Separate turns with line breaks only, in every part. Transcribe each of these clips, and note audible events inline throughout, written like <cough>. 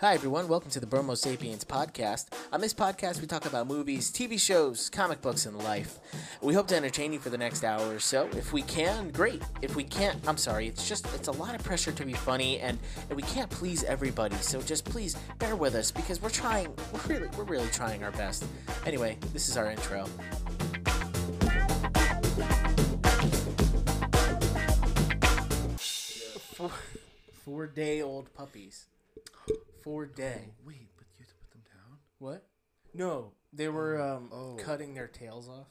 Hi, everyone. Welcome to the Bromo Sapiens podcast. On this podcast, we talk about movies, TV shows, comic books, and life. We hope to entertain you for the next hour or so. If we can, great. If we can't, I'm sorry. It's just, it's a lot of pressure to be funny, and, and we can't please everybody. So just please bear with us because we're trying, we're really, we're really trying our best. Anyway, this is our intro. Four, four day old puppies. Four day.
Wait, but you have to put them down?
What? No, they were um,
oh.
cutting their tails off.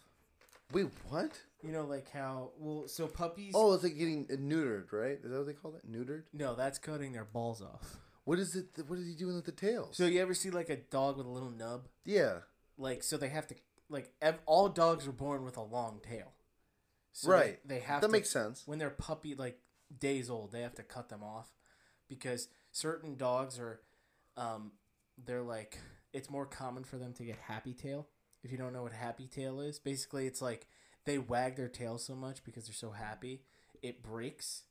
Wait, what?
You know, like how well, so puppies.
Oh, it's like getting neutered, right? Is that what they call it? Neutered?
No, that's cutting their balls off.
What is it? What is he doing with the tails?
So you ever see like a dog with a little nub?
yeah,
Like so, they have to like ev- all dogs are born with a long tail. So
right.
They, they have
that
to,
makes sense.
when they're puppy like days old. They have to cut them off because certain dogs are, um, they're like it's more common for them to get happy tail. If you don't know what happy tail is, basically it's like they wag their tail so much because they're so happy it breaks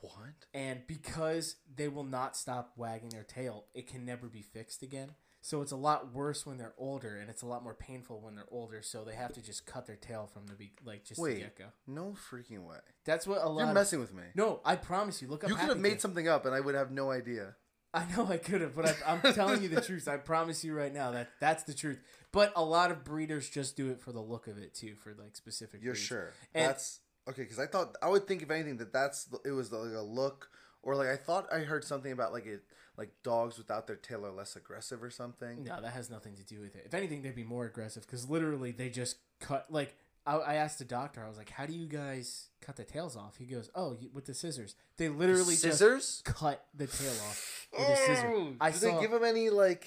What?
and because they will not stop wagging their tail, it can never be fixed again. So it's a lot worse when they're older, and it's a lot more painful when they're older. So they have to just cut their tail from the be- like just the
Wait.
get go.
No freaking way!
That's what a lot.
You're
of-
messing with me.
no, I promise you. Look up.
you could have
Happy
made
Days.
something up, and I would have no idea.
I know I could have, but I, I'm telling you the truth. I promise you right now that that's the truth. But a lot of breeders just do it for the look of it too, for like specific.
You're
breeds.
sure?
And-
that's okay. Because I thought I would think if anything that that's the- it was like a look, or like I thought I heard something about like it, like dogs without their tail are less aggressive or something.
No, that has nothing to do with it. If anything, they'd be more aggressive because literally they just cut. Like I, I asked the doctor, I was like, "How do you guys cut the tails off?" He goes, "Oh, you, with the scissors." They literally
Scissors?
just cut the tail off with a scissor. I
Did
saw
they give him any like?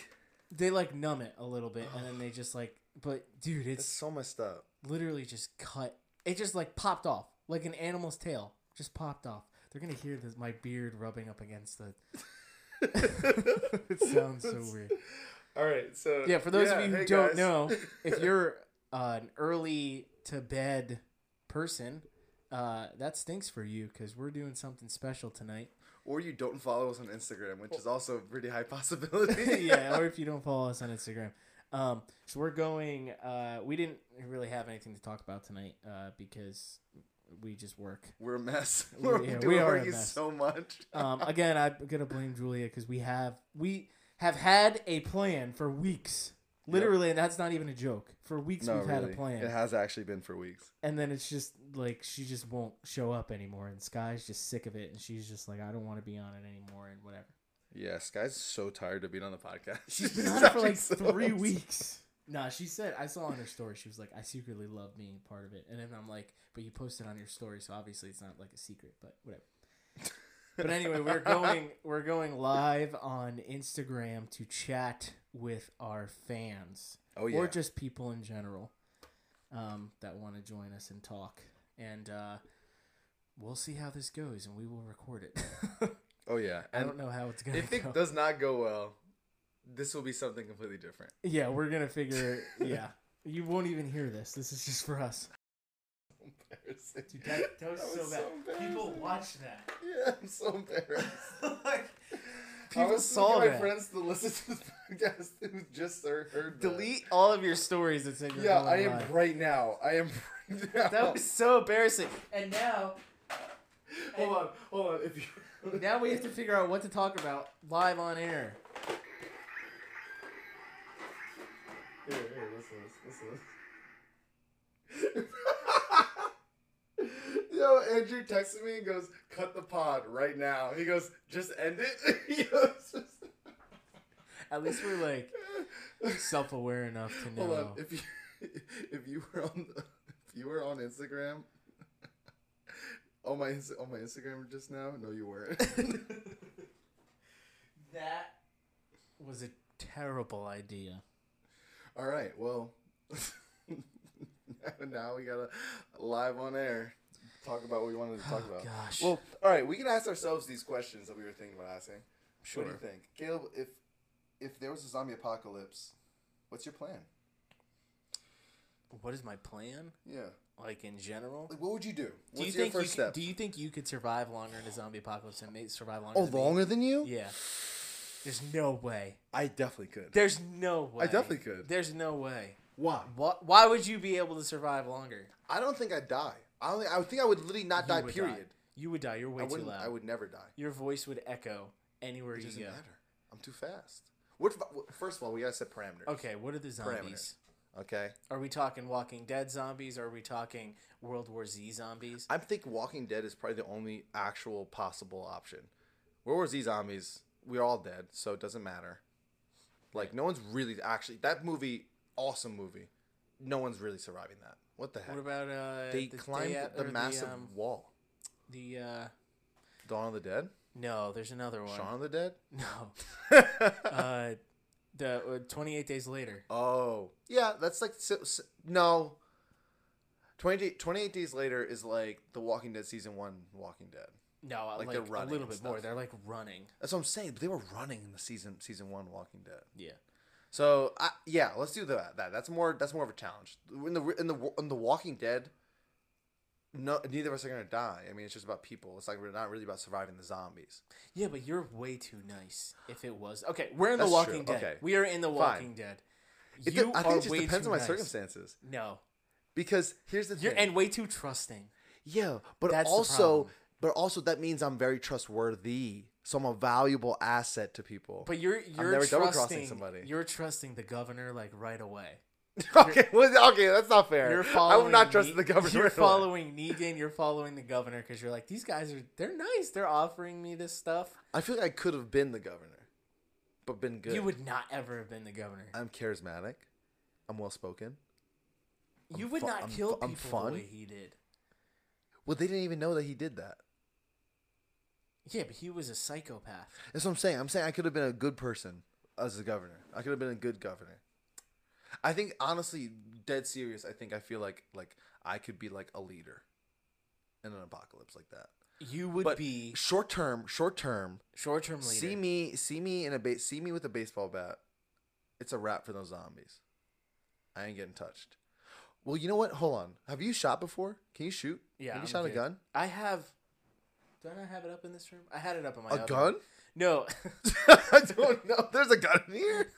they like numb it a little bit and then they just like. But dude,
That's
it's
so messed up.
literally just cut. It just like popped off like an animal's tail just popped off. They're gonna hear this, my beard rubbing up against the. it
<laughs>
sounds so weird.
All right, so
yeah, for those of you who
hey,
don't
guys.
know, if you're uh, an early to bed person, uh, that stinks for you because we're doing something special tonight.
<laughs>
<laughs>
or you don't follow us on Instagram, which is also a pretty high
<laughs>
possibility.
yeah, or if you don't follow us on Instagram. Um, so we're going. Uh, we didn't really have anything to talk about tonight uh, because we just work.
<laughs> we're a mess.
We-
<laughs> We're
yeah,
yeah,
we are a
you
mess.
so much.
Um, again, I'm gonna blame Julia because we have we have had a plan for weeks, literally, and that's not even a joke. For weeks, we've had a plan.
It has actually been for weeks.
and then it's just like she just won't show up anymore and sky's just sick of it and she's just like i don't want to be on it anymore and whatever
Yeah, Sky's so tired of being on the podcast.
she's
<laughs>
been on it for
actually
like
so
three
<laughs> upset.
weeks nah she said i saw on her story she was like i secretly love being a part of it and then i'm like but you posted on your story so obviously it's not like a secret but whatever but anyway we're
<laughs>
going we're going live on instagram to chat with our fans
Oh yeah.
or just people in general um, that want to join us and talk. And uh, we'll see how this goes, and we will record it. <laughs>
oh yeah.
I
And
don't know how it's gonna
if
go.
it does not go well, this will be something completely different.
yeah, we're gonna figure. Yeah, you won't even hear this. This is just for us.
Embarrassing.
Dude, that, that was
That
so
was
bad.
so
people
embarrassing.
watched that.
<laughs> Yeah, I'm so embarrassed.
like,
I
people
was
saw
thinking
that.
my friends to listen to this podcast <laughs> who just heard
<laughs>
that.
Delete all of your stories that said you're
Yeah,
going
I am
live.
right now. I am <laughs> right now.
That was so embarrassing. And now,
<laughs> hold on, hold on. If you <laughs>
now we have to figure out what to talk about live on air.
here, here, listen, to this, listen. <laughs> to this. Yo, Andrew texted me and goes, "Cut the pod right now." He goes, "Just end it." <laughs> he goes, just...
At least we're like self-aware enough to know.
Hold on. If you <laughs> if you were on the, if you were on Instagram <laughs> on my Inst- on my Instagram just now, no, you weren't. <laughs>
that was a terrible idea.
All right. Well, <laughs> now we gotta live on air talk about what we wanted to talk about.
Oh, Gosh.
Well, all right. We can ask ourselves these questions that we were thinking about asking.
sure.
What do you think, Caleb? If if there was a zombie apocalypse, what's your plan?
what is my plan?
Yeah.
Like in general?
Like, what would you do?
Do
What's
you
your
think
first
you c-
step?
do you think you could survive longer in a zombie apocalypse and may survive longer?
oh,
than me?
longer than you?
Yeah. There's no way.
I definitely could.
There's no way.
I definitely could.
There's no way.
Why?
Why, why would you be able to survive longer?
I don't think I'd die. I only, I think I would literally not
You
die.
would
Period.
You would die. You're way
I
too
wouldn't.
loud.
I would never die.
Your voice would echo anywhere
It
you
doesn't
go.
matter. I'm too fast. What? If, what- first of all, we gotta set parameters.
Okay, what are the zombies?
Okay.
Are we talking Walking Dead zombies? Are we talking World War Z zombies?
I think Walking Dead is probably the only actual possible option. World War Z zombies, we're all dead, so it doesn't matter. Like no one's really actually that movie, awesome movie. No one's really surviving that. What the heck?
What about uh,
they
the
climbed
day
the,
at- or
massive
The, um,
wall.
the uh,
Dawn of the Dead,
no, there's another one.
Shaun of the Dead.
<laughs> No, <laughs> uh, the uh, 28 days later.
oh yeah, that's like si- si- no. 20, 28 days later is like the Walking Dead season one Walking Dead.
No, uh,
Like
like,
they're
a
running
little
and
bit
stuff.
more. They're like running.
That's what I'm saying. They were running in the season season one Walking Dead.
Yeah.
So I, yeah, let's do that. That that's more that's more of a challenge. In the in the in the Walking Dead, no, neither of us are gonna die. I mean, it's just about people. It's like we're not really about surviving the zombies.
Yeah, but you're way too nice. If it was okay, we're in the
That's
Walking
true.
Dead.
Okay.
We are in the Walking Dead.
It
You
de- I
are
think it just
way
depends
too
on my
nice.
circumstances.
No,
Because here's the
you're
thing.
and way too trusting.
yeah, but
That's the
also,
problem.
but also that means I'm very trustworthy. So I'm a valuable asset to people. <laughs>
But you're you're
never double-crossing
trusting
somebody.
You're trusting the governor like right away.
okay, well, okay, that's not fair.
You're following.
I am not trusting
Ne-
the government. <laughs>
You're following Negan. You're following the governor because you're like these guys are they're nice. They're offering me this stuff.
I feel like I could have been the governor, but been good.
You would not ever have been the governor.
I'm charismatic. I'm well spoken.
you would
fu-
not
I'm
kill
fu- I'm
people
fun.
the way he did.
Well, they didn't even know that he did that.
Yeah, but he was a psychopath.
That's what I'm saying. I'm saying I could have been a good person as a governor. I could have been a good governor. I think honestly, dead serious. I think I feel like like I could be like a leader in an apocalypse like that.
You would
But
be
short term, short term.
short term leader.
See me, see me in a ba- see me with a baseball bat. It's a wrap for those zombies. I ain't getting touched. Well, you know what? Hold on. Have you shot before? Can you shoot?
Yeah,
Have
I'm
you shot a
good.
gun?
I have. Don't I have it up in this room? I had it up in my.
A
other <laughs>
gun? <laughs>
room. No,
I don't know. There's a gun in here.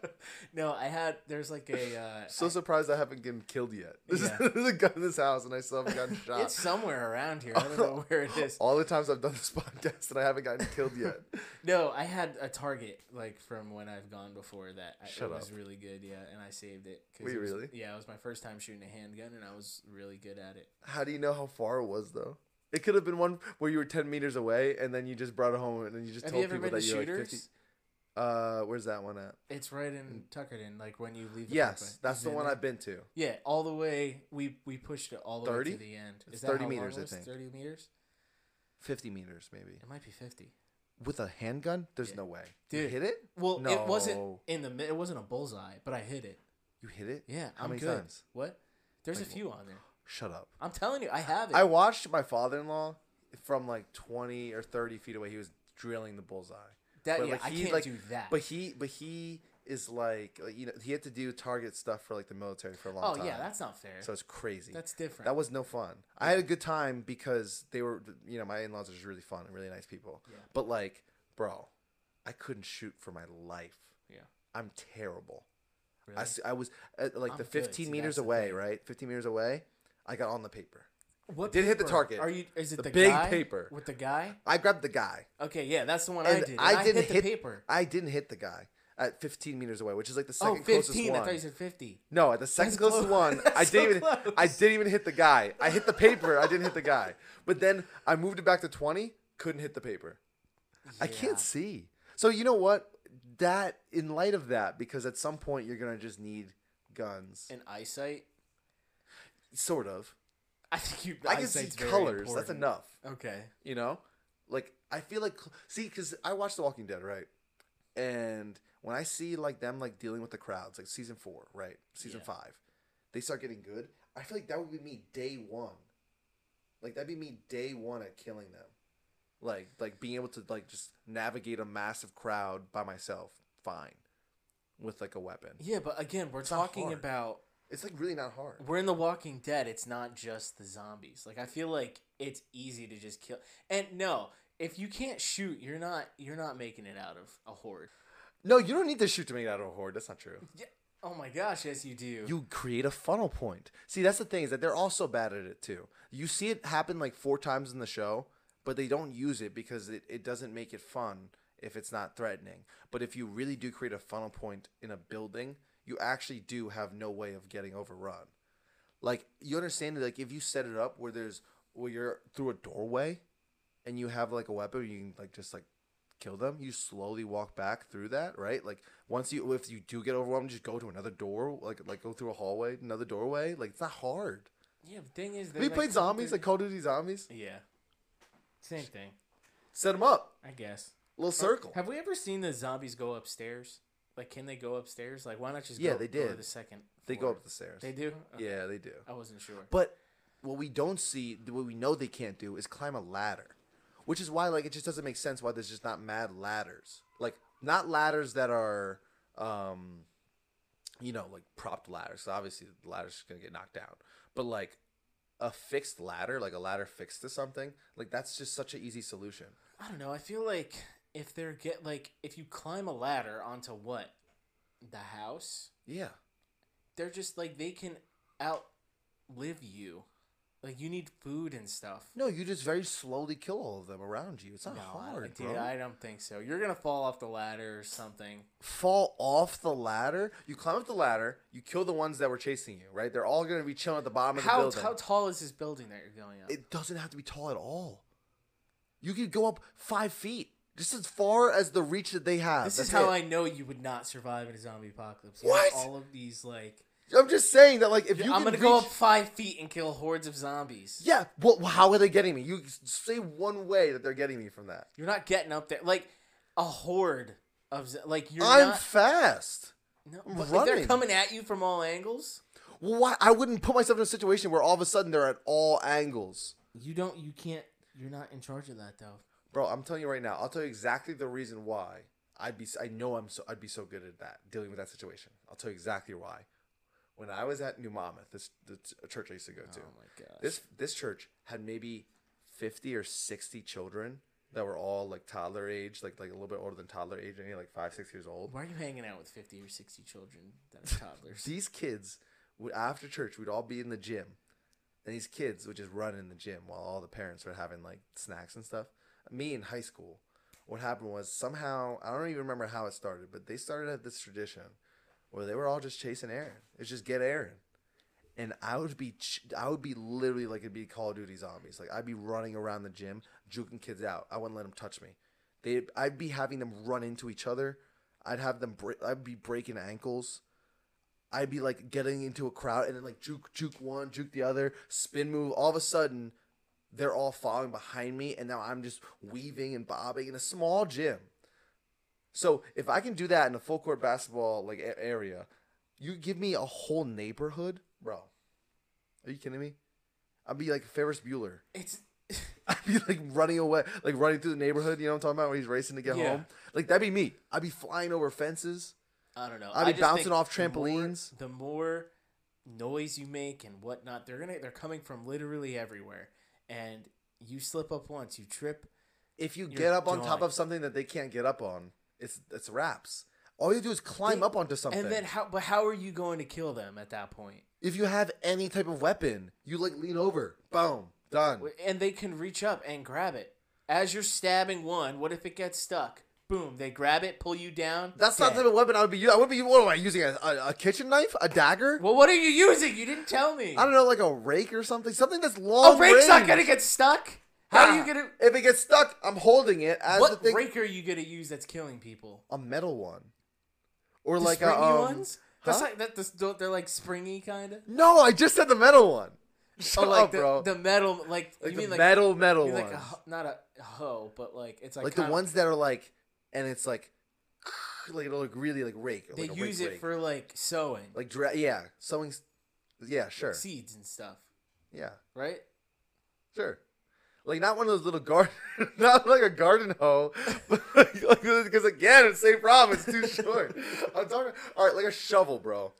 <laughs> no. I had. There's like a. Uh,
So surprised I haven't gotten killed yet. <laughs> This is-
Yeah.
there's a gun in this house, and I still haven't gotten shot.
<laughs> it's somewhere around here. I don't
<laughs>
know where it is.
All the times I've done this <laughs> podcast, and I haven't gotten killed yet.
No, I had a target like from when I've gone before that. I,
Shut
it
up.
was really good, yeah, and I saved it. 'cause
Wait,
it was-
really?
Yeah, it was my first time shooting a handgun, and I was really good at it.
How do you know how far it was though? It could have been one where you were ten meters away, and then you just brought it home, and then you just
Have
told
you ever
people
been to
that you're like
shooters?
50. Uh, where's that one at?
it's right in Tuckerton, like when you leave. The
Mm. Yes,
parkway.
that's
You've
the
been
one
there?
I've been to.
Yeah, all the way. We we pushed it all the way
30?
to the end.
It's
that
30
how long
meters,
it
I
was?
think.
Thirty meters.
Fifty meters, maybe.
It might be fifty.
With a handgun, there's
Yeah.
no way. you
Dude.
hit it?
Well, it wasn't
No.
in the mid- it wasn't a bullseye, but I hit it.
You hit it?
Yeah,
How
I'm
many
good.
times?
What? There's
Like,
a few on there.
Shut up.
I'm telling you, I have it.
I watched my father in law from like twenty or thirty feet away. He was drilling the bullseye.
that
But,
Uh, yeah,
like,
I
he,
can't
like-
do that.
But he, but he is like, like, you know, he had to do target stuff for like the military for a long
oh
time.
yeah, that's not fair.
so it's crazy.
that's different.
that was no fun. I had a good time because they were, you know, my in laws are just really fun and really nice people.
Yeah.
But like, bro, I couldn't shoot for my life.
yeah.
I'm terrible. I
Really?
s I I, was at, like
I'm
the
good,
15
see, that's
meters
the
away,
thing.
right? 15 meters away. I got on the paper.
What
did hit the
paper?
target.
Are you? Is it
The
the,
big
guy
paper.
with the guy?
I grabbed the guy.
Okay, yeah, that's the one I
And
did. and I, didn't hit, the paper.
I didn't hit the guy at 15 meters away, which is like the
Oh,
second closest
15.
one.
I thought you said 50.
No, at the second
That's
closest
close.
one, I
That's
didn't even
so
I
close.
didn't even hit the guy. I hit the paper, I didn't hit the guy. But then I moved it back to 20, couldn't hit the paper. I
Yeah.
can't see. So you know what? That in light of that because at some point you're going to just need guns.
And eyesight. <laughs>
sort of.
I think you.
I can see
eyesight's very
colors. That's
important.
enough.
Okay.
You know, like I feel like see, because I watched The Walking Dead, right? And when I see like them like dealing with the crowds, like season four, right, season
Yeah.
five, they start getting good. I feel like that would be me day one. Like that'd be me day one at killing them. Like like being able to like just navigate a massive crowd by myself, fine, with like a weapon.
Yeah, but again, we're
not
talking
hard.
about
It's like really not hard.
we're in The Walking Dead. It's not just the zombies. Like I feel like it's easy to just kill. And no, if you can't shoot, you're not you're not making it out of a horde.
No, you don't need to shoot to make it out of a horde. That's not true.
Oh my gosh, yes you do.
You create a funnel point. See, that's the thing is that they're also bad at it too. You see it happen like four times in the show, but they don't use it because it, it doesn't make it fun if it's not threatening. But if you really do create a funnel point in a building, you actually do have no way of getting overrun. Like you understand that like if you set it up where there's where you're through a doorway and you have like a weapon, you can like just like kill them. You slowly walk back through that, right? Like once you if you do get overwhelmed, just go to another door, like like go through a hallway, another doorway. Like it's not hard.
yeah, the thing is
Have you
they,
played
come
zombies,
through-
like Call of Duty zombies?
Yeah. Same thing,
Set them up,
I guess.
little circle.
Have we ever seen the zombies go upstairs? Like can they go upstairs? Like why not just
Yeah,
go,
they
go to
did.
the second
They go
floor?
up the stairs.
They do? Okay,
Yeah, they do.
I wasn't sure.
But what we don't see, what we know they can't do, is climb a ladder, which is why like it just doesn't make sense why there's just not mad ladders, like not ladders that are, um, you know, like propped ladders. So obviously the ladder's gonna get knocked down, but like a fixed ladder, like a ladder fixed to something, like that's just such an easy solution.
I don't know. I feel like if they're get like if you climb a ladder onto what the house,
Yeah,
they're just like they can outlive you. Like you need food and stuff.
no, you just very slowly kill all of them around you. It's not hard,
dude.
bro.
I don't think so. You're gonna fall off the ladder or something.
fall off the ladder. You climb up the ladder. You kill the ones that were chasing you. Right? They're all going to be chilling at the bottom of the
How
building.
how tall is this building that you're going up?
it doesn't have to be tall at all. You could go up five feet, just as far as the reach that they have.
this is
Uh, That's
how
it.
I know you would not survive in a zombie apocalypse. You have
What?
All of these like
I'm just saying that, like, if you
I'm
can
gonna go
reach-
up five feet and kill hordes of zombies.
Yeah. Well, how are they getting me? You say one way that they're getting me from that.
You're not getting up there like a horde of zo- like you're
I'm
not.
fast.
No,
I'm
but if they're
running.
coming at you from all angles.
Well, why? I wouldn't put myself in a situation where all of a sudden they're at all angles.
You don't. You can't. You're not in charge of that though.
Bro, I'm telling you right now. I'll tell you exactly the reason why I'd be. s- I know I'm so. I'd be so good at that dealing with that situation. I'll tell you exactly why. When I was at New Monmouth, this the t- church I used to go to.
Oh my god.
This this church had maybe fifty or sixty children that were all like toddler age, like like a little bit older than toddler age, maybe like five six years old.
Why are you hanging out with fifty or sixty children that
<laughs>
are toddlers?
These kids would after church we'd all be in the gym, and these kids would just run in the gym while all the parents were having like snacks and stuff. Me in high school, what happened was somehow I don't even remember how it started, but they started at this tradition where they were all just chasing Aaron. It's just get Aaron. And I would be, ch- I would be literally like it'd be Call of Duty zombies. Like I'd be running around the gym, juking kids out. I wouldn't let them touch me. They, I'd be having them run into each other. I'd have them, break. I'd be breaking ankles. I'd be like getting into a crowd and then like juke, juke one, juke the other, spin move. All of a sudden, they're all following behind me, and now I'm just weaving and bobbing in a small gym. So if I can do that in a full court basketball like a- area, you give me a whole neighborhood, bro. Are you kidding me? I'd be like Ferris Bueller. <laughs>
It's <laughs>
I'd be like running away, like running through the neighborhood. You know what I'm talking about? Where he's racing to get
Yeah.
home. Like that'd be me. I'd be flying over fences.
I don't know.
I'd be
I just
bouncing
think
off
the more-
trampolines.
The more, noise you make and whatnot, they're gonna they're coming from literally everywhere, and you slip up once, you trip.
If you
You're
get up on top
done.
of something that they can't get up on, it's it's wraps. All you do is climb
They-
up onto something.
And then how? But how are you going to kill them at that point?
if you have any type of weapon, you like lean over. Boom, done.
And they can reach up and grab it as you're stabbing one. What if it gets stuck? Boom! They grab it, pull you down.
That's not
dead.
the type of weapon I would be using. I would be. What am I using? A, a, a kitchen knife? A dagger?
Well, what are you using? You didn't tell me.
I don't know, like a rake or something. Something that's long.
A rake's not
range.
gonna get stuck. How are
Ah,
you gonna?
If it gets stuck, I'm holding it as the
What
thing.
rake are you gonna use that's killing people?
A metal one, or
The
like a
springy
um,
ones? That's
huh?
like that. This, they're like springy kind of.
No, I just said the metal one. Shut
Oh, like
up,
the,
bro.
the metal, like,
like
you
the
mean like
metal, metal
you mean
ones.
like a, ho- not a hoe, but like it's like
like the
kinda-
ones that are like, and it's like, <sniffs> like it'll like really like rake. Or
they
like a
use
rake
it
rake.
for like sowing
like dra- yeah, sewing. s- Yeah, sure.
seeds and stuff,
Yeah,
right?
sure. Like not one of those little garden, <laughs> not like a garden hoe, <laughs> but because like, <laughs> 'cause again, it's same problem. It's too
<laughs>
short. I'm talking. All right, like a shovel, bro.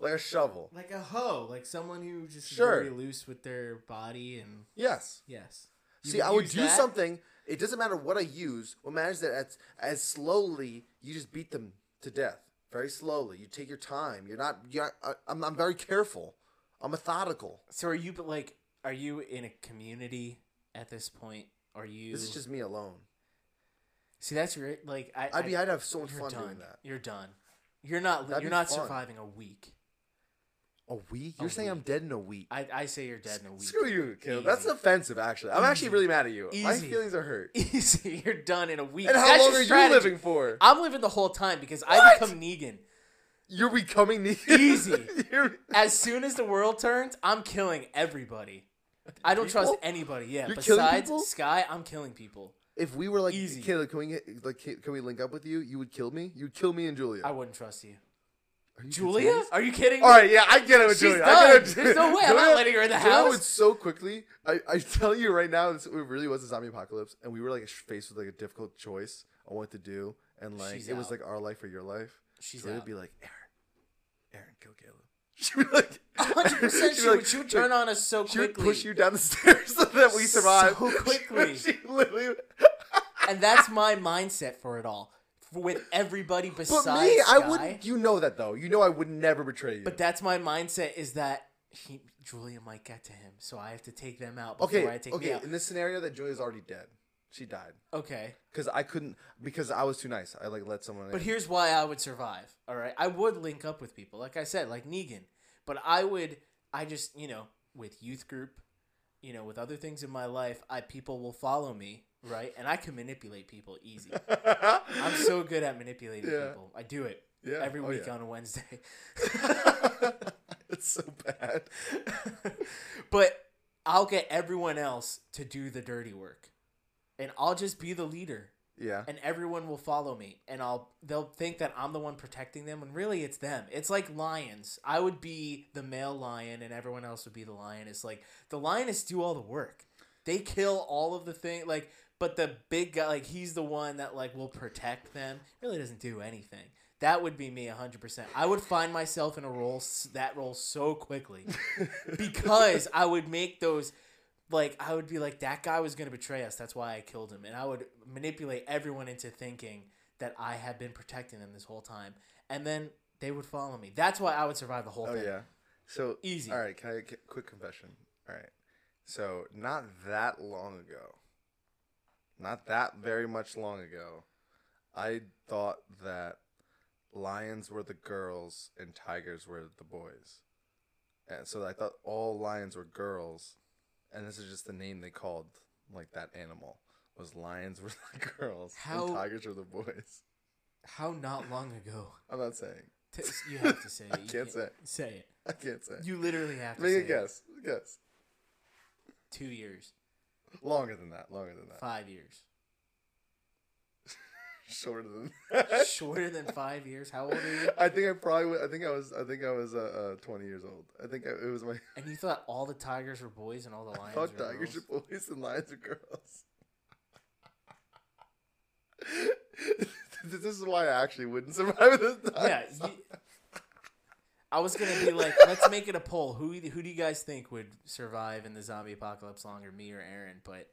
Like a shovel.
Like a hoe, like someone who just
Sure.
is very loose with their body and
Yes.
yes. You
See,
could
I would
use
do
that.
something It doesn't matter what I use. What matters is that as, as slowly you just beat them to death. Very slowly. You take your time. You're not. You're, I, I'm, I'm very careful. I'm methodical.
So are you but like are you in a community at this point? Are you
This is just me alone.
See that's your like I
I'd be.
I,
I'd have so much
you're
fun
done.
doing that.
You're done. You're not
That'd
you're
be
not
fun.
surviving a week.
A week?
A
You're saying I'm
week.
dead in a week?
I, I say you're dead in a week.
Screw you, Caleb.
Easy.
That's offensive. Actually, I'm actually
Easy.
really mad at you. My
Easy.
feelings are hurt.
<laughs> Easy, you're done in a week.
And how
That's
long
your
are you
strategy.
living for?
I'm living the whole time because I
What?
become Negan.
You're becoming the <laughs>
Easy.
You're,
As soon as the world turns, I'm killing everybody. I don't trust
People?
anybody. Yeah,
You're killing
besides
people?
Sky, I'm killing people.
if we were like
Easy.
Caleb, can we get, like can can we link up with you? You would kill me. You would kill me and Julia.
I wouldn't trust you.
Are you
Julia?
serious?
Are you kidding me?
All right, yeah, I get it with
She's
Julia. I get it
done.
with
There's no way I'm not letting her in the
Julia
house.
Went so quickly. I, I tell you right now, this, it really was a zombie apocalypse, and we were like faced with like a difficult choice on what to do, and like
She's
it was
out.
like our life or your life.
She's
Julia
out.
would be like, Aaron, Aaron, kill Caleb. <laughs> She'd be like,
<laughs> 100%
<laughs> she'd be
she, would,
like-
she would turn on us so
She
quickly.
would push you down the <laughs> stairs so that we
So
survive.
quickly.
<laughs> she literally.
And that's my mindset for it all. With everybody
But
besides
me, I
Sky.
wouldn't. You know that though. You know I would never betray you.
But that's my mindset is that he, Julia might get to him, so I have to take them out before
okay,
I take me
okay.
out.
In this scenario, that Julia's already dead. She died
Okay.
because I couldn't because I was too nice. I like let someone.
But
<laughs> in.
here's why I would survive. All right. I would link up with people, like I said, like Negan. But I would, I just, you know, with youth group, you know, with other things in my life, I people will follow me, right? And I can manipulate people
<laughs>
easy. I'm <laughs> so good at manipulating
Yeah.
people. I do it
Yeah.
every
Oh,
week
yeah.
on a Wednesday. <laughs>
<laughs> it's so bad. <laughs>
but I'll get everyone else to do the dirty work. And I'll just be the leader.
Yeah.
and everyone will follow me and I'll they'll think that I'm the one protecting them when really it's them. It's like lions. I would be the male lion and everyone else would be the lion. It's like the lioness do all the work. They kill all of the thing like but the big guy like he's the one that like will protect them. Really doesn't do anything. That would be me 100%. I would find myself in a role s- that role so quickly because I would make those like I would be like that guy was going to betray us. That's why I killed him, and I would manipulate everyone into thinking that I had been protecting them this whole time, and then they would follow me. That's why I would survive the whole
Oh
thing.
yeah. So
Easy.
All right. Can I get quick confession? All right. So not that long ago, not that very much long ago, I thought that lions were the girls and tigers were the boys, and so I thought all lions were girls, and this is just the name they called like that animal was lions were <laughs> the girls
How-
and tigers were the boys.
How not long ago? <laughs>
I'm not saying.
T- you have to say it.
I
You
can't say.
Say it.
I can't say.
You literally have to
Make
say
a
it.
guess. Guess.
Two years,
Longer than that. Longer than that.
five years,
<laughs>
<laughs>
Shorter than that.
shorter than five years. How old are you?
I think I probably. wa- I think I was. I think I was uh, uh, twenty years old. I think I, it was my. <laughs>
And you thought all the tigers were boys and all the
I
lions were
thought tigers
girls?
are boys and lions are girls. <laughs> this is why I actually wouldn't survive this time. <laughs>
yeah. you- I was gonna be like, let's make it a poll. Who who do you guys think would survive in the zombie apocalypse longer, me or Aaron? But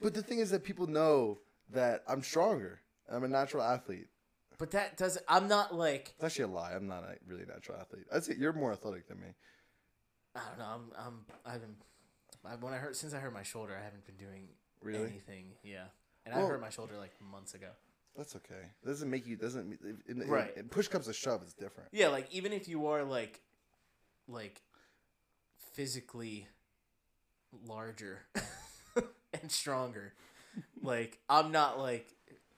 But the thing is that people know that I'm stronger. I'm a natural athlete.
but that doesn't. I'm not like
It's actually a lie. I'm not a really natural athlete. I'd say you're more athletic than me.
I don't know. I'm I'm I've been I, when I hurt since I hurt my shoulder, I haven't been doing
Really?
anything. Yeah, and I
Well-
hurt my shoulder like months ago.
That's okay. doesn't make you. Doesn't it- it- it-
Right.
push comes to shove. It's different.
Yeah, like even if you are like like physically larger <laughs> and stronger, like I'm not like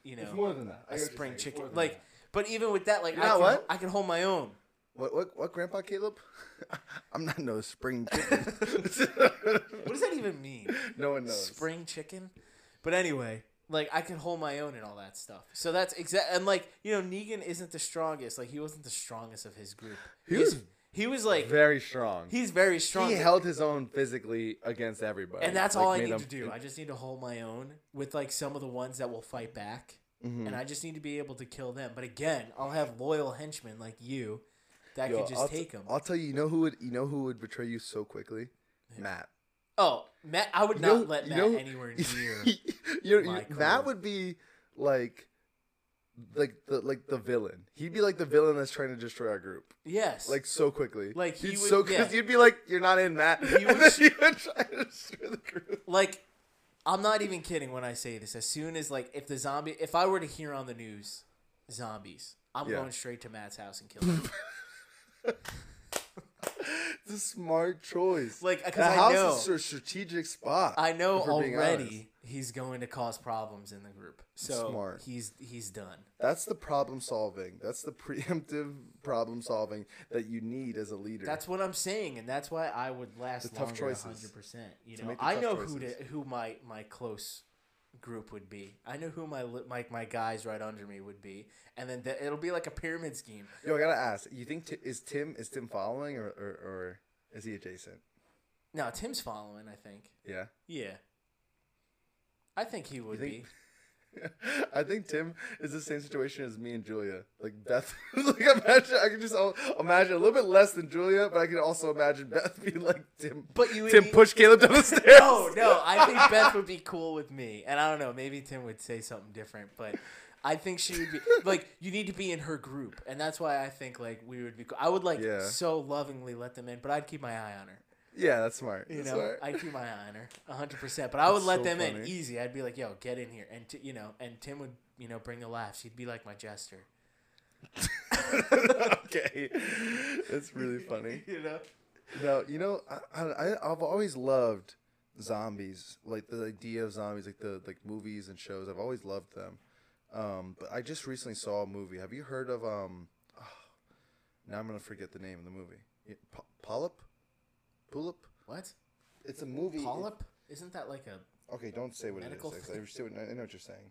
you know.
than that.
a spring chicken. Like, but even with that, like
You
I
know
can,
what?
I can hold my own.
What what what grandpa Caleb? <laughs> I'm not no spring
<laughs>
chicken.
What does that even mean?
<laughs>
<laughs>
no one knows.
Spring chicken. But anyway, like I can hold my own and all that stuff. So that's exact. And like you know, Negan isn't the strongest. Like he wasn't the strongest of his group.
He
He's-
was
he was like
Very strong.
he's very strong.
He held his own physically against everybody.
and that's all I need to do.
I,
I just need to hold my own with like some of the ones that will fight back,
Mm. Mm-hmm.
and I just need to be able to kill them. But again, I'll have loyal henchmen like you that could just
I'll
take
t-
them.
I'll tell you. You know who would you know who would betray you so quickly? Matt.
Oh, Matt, I would
You
not
know-
let
you
Matt
know- <laughs>
anywhere near.
you're,
my
you
career.
Matt would be like, like the like the villain. He'd be like the villain that's trying to destroy our group,
yes.
like so quickly.
Like, he
He'd
would-
so because
yeah.
you'd be like, you're not in Matt,
He
and <laughs>
would-
then you would try to destroy the group.
like I'm not even kidding when I say this. As soon as like if the zombie if I were to hear on the news zombies, I'm
Yeah.
going straight to Matt's house and killing
<laughs>
him.
It's a smart choice.
like because
that
I
house
know
is a strategic spot.
I know
if we're being honest.
already he's going to cause problems in the group. So
Smart.
he's he's done.
That's the problem solving. That's the preemptive problem solving that you need as a leader.
That's what I'm saying, and that's why I would last
The tough
longer.
choices.
Hundred percent. You
To
know,
make the
I
tough
know who
choices.
to, who my my close group would be. I know who my li- my my guys right under me would be, and then th- it'll be like a pyramid scheme.
Yo, I gotta ask. You think t- is Tim is Tim following or, or or is he adjacent?
Now Tim's following. I think.
Yeah.
Yeah. I think he would
think- <laughs>
be.
I think Tim is the same situation as me and Julia. Like Beth, <laughs> like imagine I can just all- imagine a little bit less than Julia, but I can also imagine Beth <laughs> being like Tim.
But you would
Tim
be-
push Caleb down the stairs.
<laughs> No, Oh, no. I think Beth would be cool with me. And I don't know, maybe Tim would say something different, but I think she
<laughs>
would be like you need to be in her group. And that's why I think like we would be cool. I would like
Yeah.
so lovingly let them in, but I'd keep my eye on her.
Yeah, that's smart.
You
That's
know,
smart. <laughs>
I'd keep my eye on her 100%, but I would
That's
let
so
them in
funny.
easy. I'd be like, "Yo, get in here." And t- you know, and Tim would, you know, bring the laughs. He'd be like my jester.
okay, that's really funny.
You know.
No, you know, I, I I've always loved zombies, like the idea of zombies, like the like movies and shows. I've always loved them. Um, but I just recently saw a movie. Have you heard of um? <sighs> now I'm gonna forget the name of the movie. Yeah, Po- Polyp, Polyp.
What?
It's a movie.
Polyp? Isn't that like a <laughs>
Okay, don't say what
Medical
it is. I-
thing?
I, see what- I know what you're saying.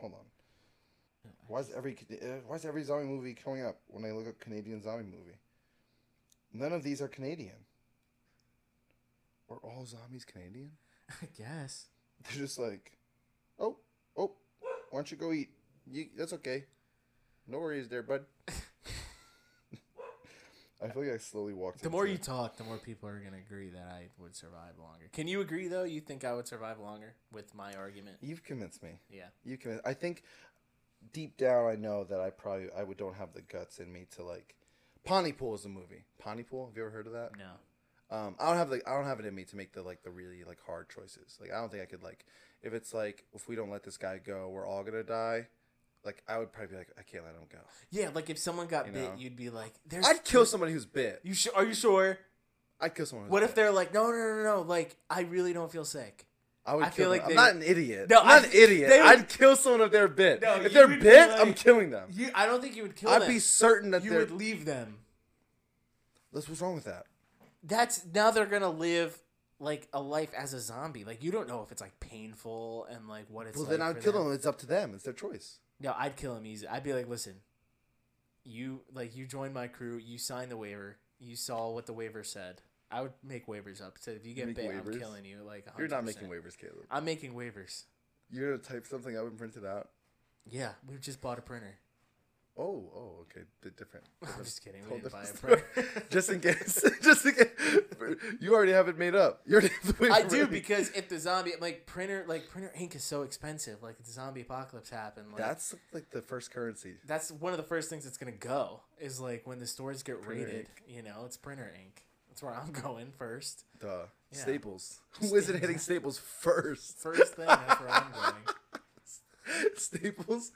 Hold on. Why is every Cana- uh, why is every zombie movie coming up when I look up Canadian zombie movie? None of these are Canadian. Are all zombies Canadian? <laughs>
I guess.
They're just like, oh, oh, why don't you go eat? You, that's okay. No worries
<laughs>
there, bud. <laughs> I feel like I slowly walked.
The more
into-
you talk, the more people are going to agree that I would survive longer. Can you agree though? You think I would survive longer with my argument?
you've convinced me.
Yeah.
You can. I think deep down, I know that I probably I would don't have the guts in me to like. Pontypool is a movie. Pontypool. Have you ever heard of that?
No.
Um, I don't have like I don't have it in me to make the like the really like hard choices. Like I don't think I could like if it's like if we don't let this guy go, we're all gonna die. Like I would probably be like I can't let him go.
Yeah, like if someone got
You
bit,
know.
you'd be like, "There's."
I'd kill somebody who's bit.
You sh- are you sure?
I'd kill someone. Who's
What if
bit.
they're like, "No, no, no, no, no, Like I really don't feel sick.
I would
I feel
kill them.
like
I'm
they-
not an idiot.
No,
No, I'm not
I-
an idiot.
they would-
I'd kill someone if they're bit.
No,
if
you
they're
would be
bit,
like-
I'm killing them.
You, I don't think you would kill
I'd
them.
be certain that
you
they're.
would leave them.
That's what's wrong with that.
That's now they're gonna live like a life as a zombie. Like you don't know if it's like painful and like what it's.
Well,
like
then I
for
would kill
them.
them. It's up to them. It's their choice.
No, I'd kill him easy. I'd be like, listen, you like you joined my crew, you signed the waiver, you saw what the waiver said. I would make waivers up. So if you get
Make
bit, I'm
waivers?
killing you. Like 100%.
You're not making waivers, Caleb.
I'm making waivers.
You're gonna type something up and print it out.
Yeah, we just bought a printer. <laughs>
Oh, oh, okay, bit different.
I'm just kidding. We
Whole
didn't buy a
<laughs> different
printer.
story.
<laughs>
just in case, <laughs> just in case. You already have it made up. You already have the waiver
I do
ready.
because if the zombie like printer like printer ink is so expensive. Like if the zombie apocalypse happened. Like,
that's like the first currency.
that's one of the first things that's gonna go is like when the stores get
Printer
raided.
ink.
You know, it's printer ink. That's where I'm <laughs> going first.
Duh.
Yeah. <laughs>
Staples. Who isn't hitting Staples first?
First thing, that's where I'm going.
<laughs> Staples.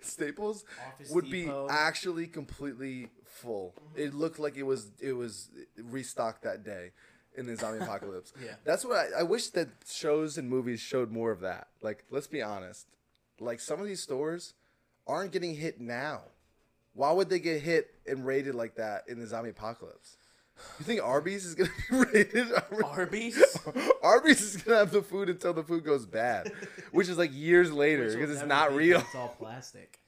Staples
<laughs> Office
would
Depot. Mm-hmm.
be actually completely full. It looked like it was it was restocked that day in the
<laughs>
zombie apocalypse.
Yeah.
that's what I, I wish that shows and movies showed more of that. Like, let's be honest, like some of these stores aren't getting hit now. Why would they get hit and raided like that in the zombie apocalypse? You think Arby's is gonna be <laughs> raided?
Arby's.
Arby's is gonna have the food until the food goes
<laughs>
bad, which is like years later
Which will
<laughs> because it's
never
not
be,
real.
It's all plastic.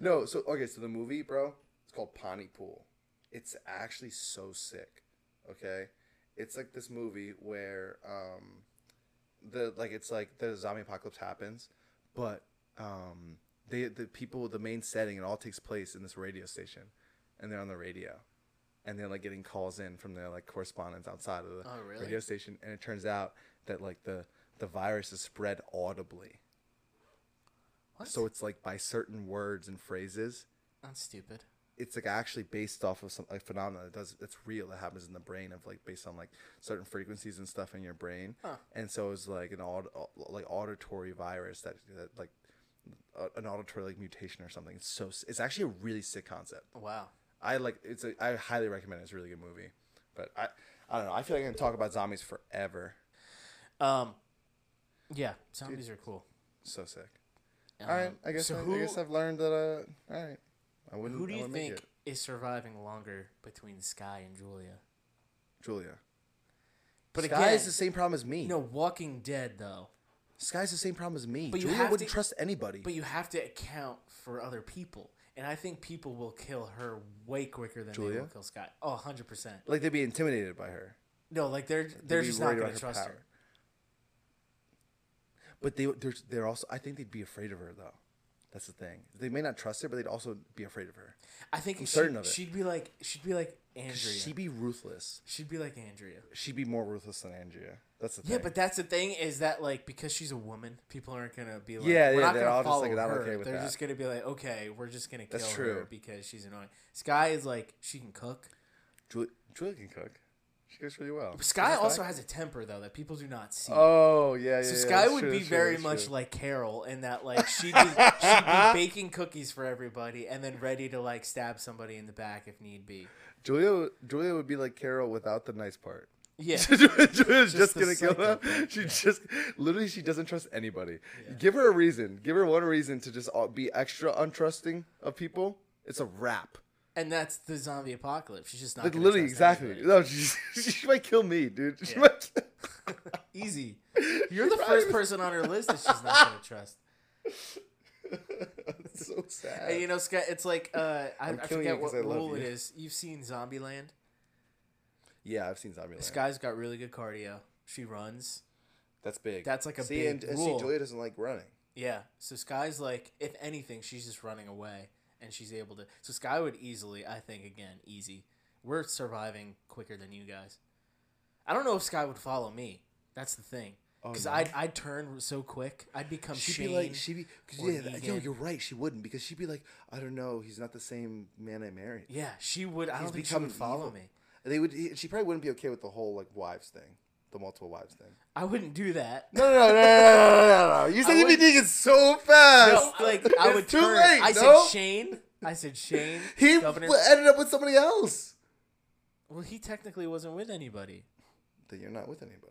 No, so okay, so the movie, bro, it's called Pontypool. It's actually so sick. Okay, it's like this movie where um, the like it's like the zombie apocalypse happens, but um, they the people the main setting it all takes place in this radio station, and they're on the radio, and they're like getting calls in from their like correspondents outside of the
Oh, really?
radio station, and it turns out that like the the virus is spread audibly.
What?
So it's like by certain words and phrases.
That's stupid.
It's like actually based off of some like phenomena that does it's real that happens in the brain of like based on like certain frequencies and stuff in your brain.
Huh.
And so it's like an aud- like auditory virus that, that like uh, an auditory like mutation or something. It's so s- it's actually a really sick concept.
Wow.
I like it's a, I highly recommend it. It's a really good movie. But I I don't know. I feel like I can talk about zombies forever.
Um, yeah, zombies are cool.
So sick.
Um,
All right, I guess
so
I,
who,
I guess I've learned that. Uh, all right, I wouldn't.
who do
I
you
wouldn't make
think
it.
is surviving longer between Sky and Julia?
Julia?
But
Sky
again,
is the same problem as me.
you know, Walking Dead though.
Sky's the same problem as me.
But you
Julia
have
wouldn't
to-
trust anybody.
But you have to account for other people. And I think people will kill her way quicker than they
Julia?
will kill Scott. Oh, 100%.
like they'd be intimidated by her.
No, like they're they're
be
just not
worried
going
about
to
her
trust
power.
her.
But they they're, they're also. I think they'd be afraid of her though. That's the thing. They may not trust her, but they'd also be afraid of her.
I think she,
certain of it.
she'd be like she'd be like Andrea.
She'd be ruthless.
She'd be like Andrea.
She'd be more ruthless than Andrea. That's the
Yeah,
thing.
but that's the thing is that like because she's a woman, people aren't gonna be like,
Yeah,
we're
yeah,
not
they're
gonna
all just,
follow
like, not
her.
okay with
they're
that.
just gonna be like, okay, we're just gonna kill
That's
her
true.
because she's annoying. Sky is like she can cook.
Julia, Julia can cook. She cooks really well.
Sky
Isn't that
also
right?
has a temper though that people do not see.
Oh yeah, yeah.
so
yeah,
Sky
that's
would
true,
be
that's true,
very
that's
much
true.
like Carol in that
<laughs>
like she'd be, she'd be baking cookies for everybody and then ready to like stab somebody in the back if need be.
Julia. Julia would be like Carol without the nice part. <laughs>
Yeah.
Julia's just,
Just the
gonna kill
psycho
them.
part,
She just literally she doesn't trust anybody. Give her a reason. Give her one reason to just all- be extra untrusting of people. It's a wrap.
And that's the zombie apocalypse. She's just not
Like
gonna
literally,
trust
exactly.
anybody.
No, she, <laughs> she might kill me, dude. She
Yeah.
might. <laughs>
Easy. <laughs> You're the
probably
first person on her list that she's not gonna
<laughs>
trust.
That's so sad.
And you know, Scott, it's like uh, I, I
I'm killing
forget
you
what
'cause I love
rule it
you.
is. You've seen Zombieland.
yeah, I've seen zombie.
Sky's got really good cardio. She runs.
That's big.
That's like a
see,
big
and, and
rule.
see, Julia doesn't like running.
Yeah. So Sky's like, if anything, she's just running away, and she's able to. So Sky would easily, I think, again, easy. We're surviving quicker than you guys. I don't know if Sky would follow me. That's the thing.
Oh,
Because
no?
I'd, I'd turn so quick. I'd become
She'd
Shane.
be like, she'd be, 'cause
or
yeah, th- yo,
Negan.
you're right. She wouldn't because she'd be like, I don't know, he's not the same man I married.
yeah, she would. I
He's
don't think she
become
would follow
evil.
me.
They would. he- She probably wouldn't be okay with the whole like wives thing, the multiple wives thing.
I wouldn't do that.
No, no, no, no, no, no, no, no.
I
You said you'd be
would-
thinking so fast.
No, like I
It's
would
too
turn.
late,
I
no?
said Shane. I said Shane.
He
Governor.
w- ended up with somebody else.
Well, he technically wasn't with anybody.
That you're not with anybody.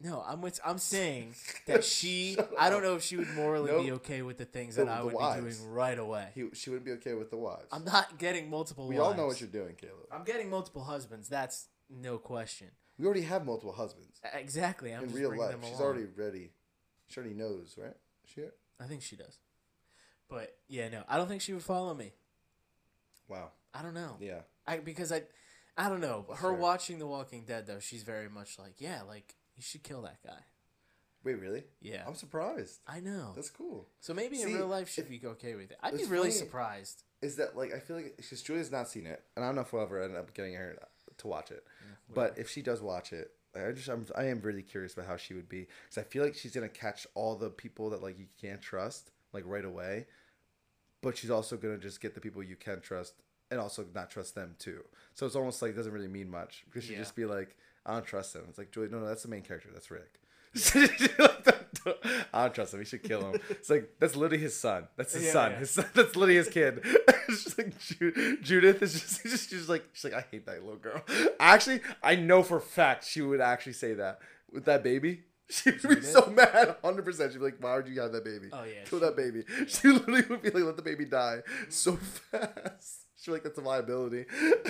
No, I'm with. I'm saying that
<laughs>
she. I don't know if she would morally be
Nope.
okay with the things
The-
that I
the
would be
wives.
doing right away.
He, she wouldn't be okay with the wives.
I'm not getting multiple.
we
wives.
all know what you're doing, Caleb.
I'm getting multiple husbands. That's no question. E,
We already have multiple husbands
Exactly. I'm
in
just
real
bringing
life.
them
She's
along.
already ready. She already knows, right? She.
I think she does. But yeah, no, I don't think she would follow me.
Wow.
I don't know.
Yeah.
I because I, I don't know.
That's
Her
fair.
watching The Walking Dead though, she's very much like, yeah, like you should kill that guy.
Wait, really?
Yeah,
I'm surprised.
i know.
That's cool.
so maybe in
See,
real life she'd
if-
be okay with it. I'd be
it's
really
funny.
surprised.
is that like I feel like because Julia's not seen it, and I don't know if we'll ever end up getting her to watch it. but if she does watch it, I just I'm, I am really curious about how she would be because I feel like she's gonna catch all the people that like you can't trust like right away, but she's also gonna just get the people you can trust and also not trust them too. So it's almost like it doesn't really mean much because she'd
Yeah.
just be like, I don't trust him. It's like Julia, no, no, that's the main character, that's Rick. Like, <laughs> I don't trust him. He should
<laughs>
kill him. It's like that's literally his son. That's his
Yeah,
son.
yeah.
His son. <laughs> That's literally his kid. <laughs> It's just like Ju- Judith is just, <laughs> she's just she's like she's like I hate that little girl. Actually, I know for a fact she would actually say that with that baby. <laughs> She would be
Judith?
so mad, hundred percent. She'd be like, "Why would you have that baby?
Oh, <laughs> yeah, Mm-hmm.
kill
she-
that baby." She literally would be like, "Let the baby die so <laughs> fast." She's like, "That's a liability." <laughs>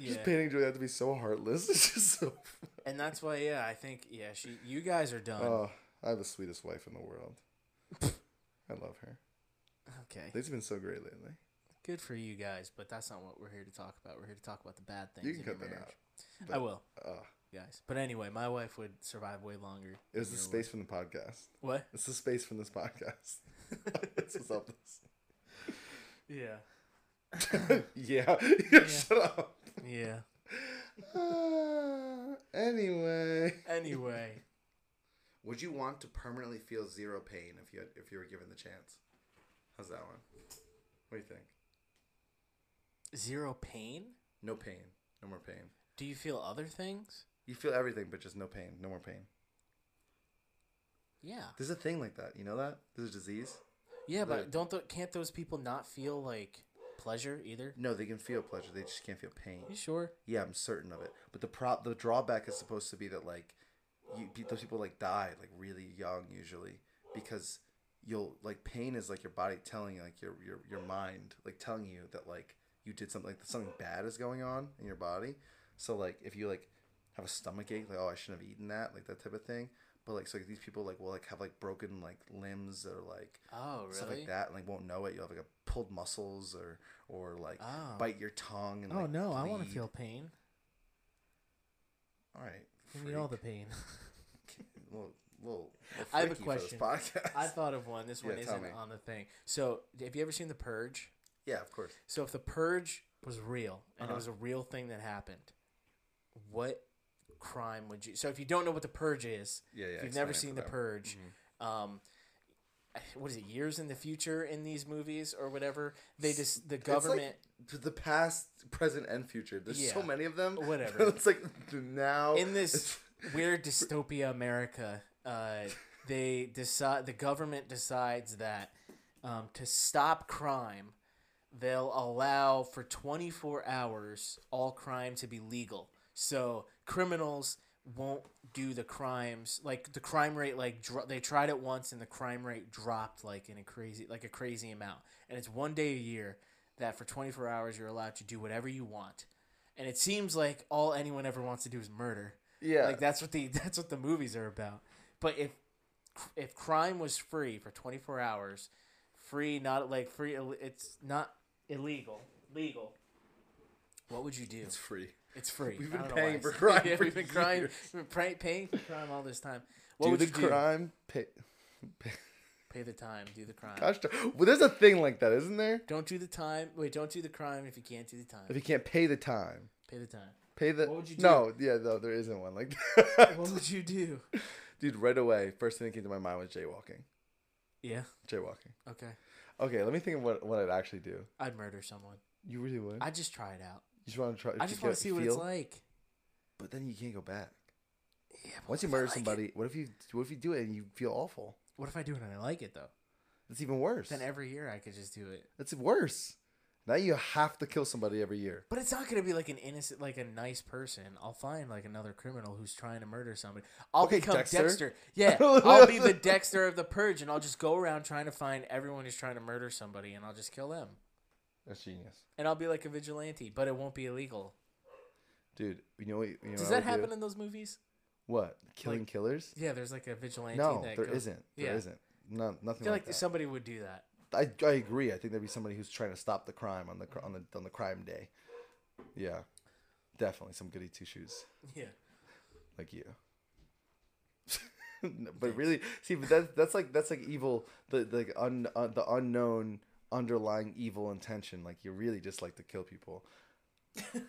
Yeah.
Just painting Julia to be so heartless. <laughs> It's just so.
and that's why, yeah, I think, yeah, she, you guys are done.
Oh, I have the sweetest wife in the world.
<laughs>
I love her.
okay,
They've been so great lately.
good for you guys, but that's not what we're here to talk about. We're here to talk about the bad things.
You can
in your
cut that
marriage.
out.
I will,
Ugh.
guys. But anyway, my wife would survive way longer.
It was the
than your
space from the podcast.
wife. What?
It's the <laughs> space from this podcast. That's what's up.
Yeah.
<laughs> yeah.
yeah. Shut up.
Yeah.
Uh, <sighs> anyway.
<laughs> Anyway,
Would you want to permanently feel zero pain if you had, if you were given the chance? How's that one? What do you think?
zero pain.
No pain, no more pain.
Do you feel other things?
You feel everything, but just no pain, no more pain.
Yeah.
There's a thing like that. You know that? There's a disease.
Yeah, but
The-
don't th- can't those people not feel like pleasure either?
No, they can feel pleasure. They just can't feel pain.
You sure?
Yeah, I'm certain of it. But the prop, the drawback is supposed to be that like, you pe- those people like die like really young usually because you'll like pain is like your body telling you like your your your mind like telling you that like you did something like something bad is going on in your body. So like if you like have a stomach ache like oh I shouldn't have eaten that like that type of thing. But like so like, these people like will like have like broken like limbs or like
Oh, really?
stuff like that and like won't know it. You'll have like a pulled muscles or or like
Oh.
bite your tongue and
Oh
like,
no, I want to
bleed.
feel pain.
All right.
Give me all the
freak.
pain.
<laughs> Little- little- little
I have a
freaky for this
question.
podcast.
I thought of one. This one
Yeah, tell
isn't
me.
on the thing. So, have you ever seen The Purge?
<laughs> yeah, of course.
So, if The Purge was real and it
Uh-huh.
was a real thing that happened, what crime would you? So, if you don't know what The Purge is,
Yeah, yeah.
if you've never
explain
seen
it to
The
them. Mm-hmm.
Purge, um, what is it? Years in the future in these movies or whatever, they just the
It's like
government.
to the past, present, and future. There's so
Yeah.
many of them.
Whatever.
<laughs> it's like the now
in this
it's-
weird dystopia America, uh, they decide the government decides that um, to stop crime, they'll allow for 24 hours all crime to be legal. So criminals won't do the crimes like the crime rate like dro- they tried it once and the crime rate dropped like in a crazy like a crazy amount and it's one day a year that for 24 hours you're allowed to do whatever you want and it seems like all anyone ever wants to do is murder
yeah.
like that's what the <laughs> that's what the movies are about. But if if crime was free for 24 hours, free not like free it's not illegal, legal. What would you do?
It's free.
It's free.
We've
I
been
don't know
paying
why I
for
said-
crime
<laughs> Yeah,
for
we've been crying.
years.
We've been pray, paying for crime all this time. What
do
would
the
you Uh-huh.
crime. Pay, pay,
do? Pay the time. Do the crime.
gosh, darn- well, there's a thing like that, isn't there?
Don't do the time. Wait, don't do the crime if you can't do the
If
time.
you can't pay the time,
Pay the time.
pay the.
What would you do?
No, yeah, no, there isn't one like that.
What would you do?
<laughs> Dude, right away, first thing that came to my mind was jaywalking.
Yeah.
Jaywalking.
Okay.
Okay, let me think of what, what I'd actually do.
I'd murder someone.
You really would.
I just try it out.
you just want to try.
I
if you
just want
go-
to see what it's
feel-
like.
But then you can't go back.
Yeah, but
Once you
what if I
murder
like it?
somebody, what if you what if you do it and you feel awful?
What if I do it and I like it though?
That's even worse.
Then every year I could just do it.
That's worse. Now you have to kill somebody every year.
But it's not gonna be like an innocent, like a nice person. I'll find like another criminal who's trying to murder somebody. I'll
Okay,
become
Dexter.
Dexter.
<laughs>
Yeah, I'll be the Dexter of the purge, and I'll just go around trying to find everyone who's trying to murder somebody, and I'll just kill them.
That's genius,
And I'll be like a vigilante, but it won't be illegal.
dude. You know what? You know
Does
what I
that
would do?
happen in those movies?
What killing
Like,
killers?
Yeah, there's like a vigilante.
No,
that
there
goes-
not There
yeah.
not No,
I
nothing
feel
like,
like somebody would do that.
that. I, I agree. I think there'd be somebody who's trying to stop the crime on the cr- on the on the crime day. Yeah, definitely some goody two shoes.
Yeah. <laughs>
like you. No, but really, see, but that's that's like that's like evil, the the, like un, uh, the unknown underlying evil intention. Like you really just like to kill people.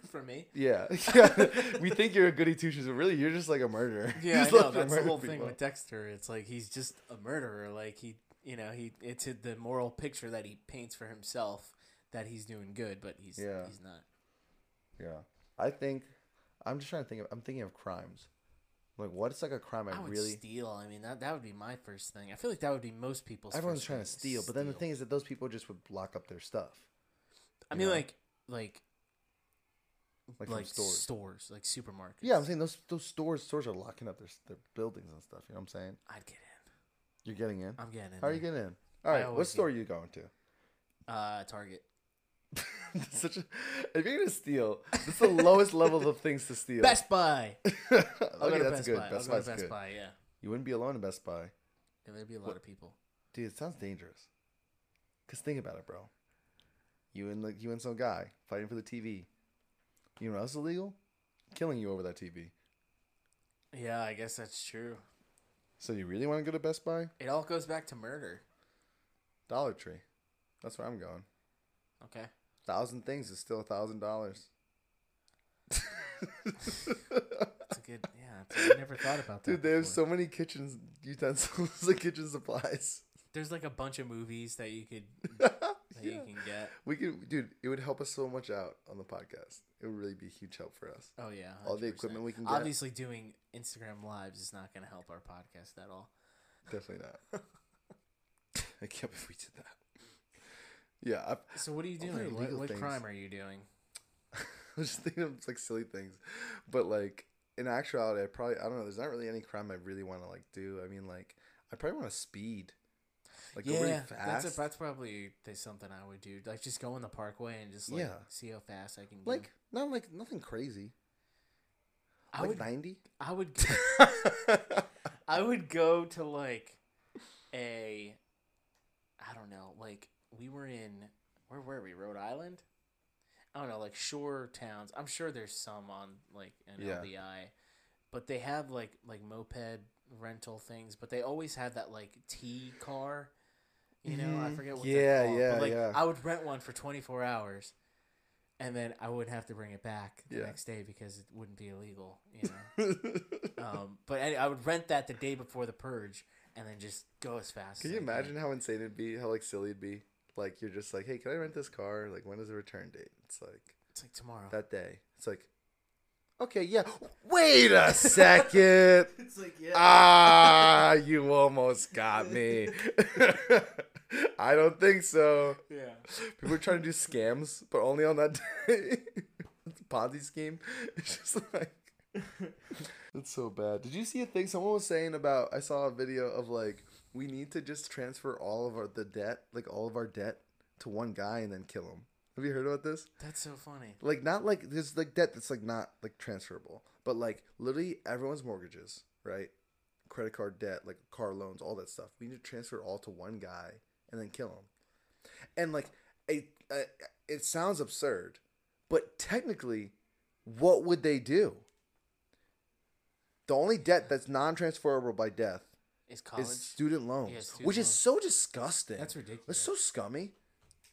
For me.
Yeah, <laughs> yeah. we think you're a goody two shoes, but really you're just like a murderer. <laughs> You
Yeah, I
just
know.
love to
That's the
murder
whole thing
people.
with Dexter. It's like he's just a murderer. Like he, you know, he it's the moral picture that he paints for himself that he's doing good, but he's
Yeah.
he's not.
Yeah, I think I'm just trying to think. Of, I'm thinking of crimes. Like what's like a crime? I,
I would
really
steal. I mean, that that would be my first thing. I feel like that would be most people's.
everyone's
first
trying
thing is
to steal, but then the thing is that those people just would lock up their stuff,
I
you
mean,
know?
like like
like,
like,
from stores.
stores. like supermarkets.
yeah, I'm saying those those stores stores are locking up their their buildings and stuff. You know what I'm saying?
I'd get in.
You're getting in.
I'm getting in.
How are you
there.
getting in? All right, what
always
store are you going to? <laughs>
Uh, Target.
Such a, if you're gonna steal,
<laughs>
that's the lowest level of things to steal. <laughs>
Best Buy.
okay,
I'll go to
that's
Best
good.
Buy. I'll
Best
go
Buy's
to Best
good.
Buy. Yeah.
You wouldn't be alone in Best Buy,
Yeah, There'd be a lot
What-
of people.
dude. It sounds dangerous. Cause think about it, bro. You and like you and some guy fighting for the TV. You know what else is illegal? Killing you over that TV.
Yeah, I guess that's true.
So you really want to go to Best Buy?
It all goes back to murder.
Dollar Tree. That's where I'm going.
Okay.
Thousand things is still a thousand dollars.
It's a good. Yeah, it's- I never thought about that.
Dude, they have
before.
so many kitchen utensils <laughs> and kitchen supplies. <laughs>
There's like a bunch of movies that you could that you
Yeah.
can get.
We could, dude. It would help us so much out on the podcast. It would really be a huge help for us.
Oh yeah,
All the
100%.
equipment we can get.
Obviously, doing Instagram lives is not going to help our podcast at all.
Definitely
<laughs>
not. I can't believe we did that. Yeah, <laughs> I, I
So what are you
All their
doing? What,
legal
what
things.
crime are you doing?
was just thinking of like silly things, but like in actuality, I probably I don't know. There's not really any crime I really want to like do. I mean, like I probably want to speed, like go really fast.
that's a, that's probably th- something I would do. Like just go in the parkway and just like
Yeah.
see how fast I can. go.
like not like nothing crazy.
I
like
would,
ninety.
I
<laughs>
would, I would go to like a, I don't know. Like we were in where were we? Rhode Island. I don't know, like shore towns. I'm sure there's some on like an
Yeah.
LDI, but they have like like moped rental things. But they always have that like T car. You know, I
Mhm.
forget what
Yeah,
they're called.
yeah,
but, like,
yeah.
I would rent one for 24 hours, and then I would have to bring it back the
Yeah.
next day because it wouldn't be illegal. You know, <laughs>
<laughs>
um, but any- I would rent that the day before the purge, and then just go as fast.
Can
as
you
I
imagine how insane it'd be? How like silly it'd be? Like you're just like, hey, can I rent this car? Like when is the return date? It's like
It's like tomorrow.
that day. It's like, okay, yeah. Wait a second.
It's like yeah.
ah, you almost got me. I don't think so.
yeah.
People are trying to do scams, but only on that day. <laughs> it's a Ponzi scheme. <laughs> It's just like it's so bad. Did you see a thing someone was saying about? I saw a video of like we need to just transfer all of our the debt, like all of our debt, to one guy and then kill him. Have you heard about this?
That's so funny.
Like not like there's like debt that's like not like transferable, but like literally everyone's mortgages, right? Credit card debt, like car loans, all that stuff. We need to transfer it all to one guy and then kill him. And like it, uh, it sounds absurd, but technically, what would they do? The only debt that's non-transferable by death
Is college?
is student loans,
student
which
loans.
is so disgusting.
That's
That's
ridiculous.
so scummy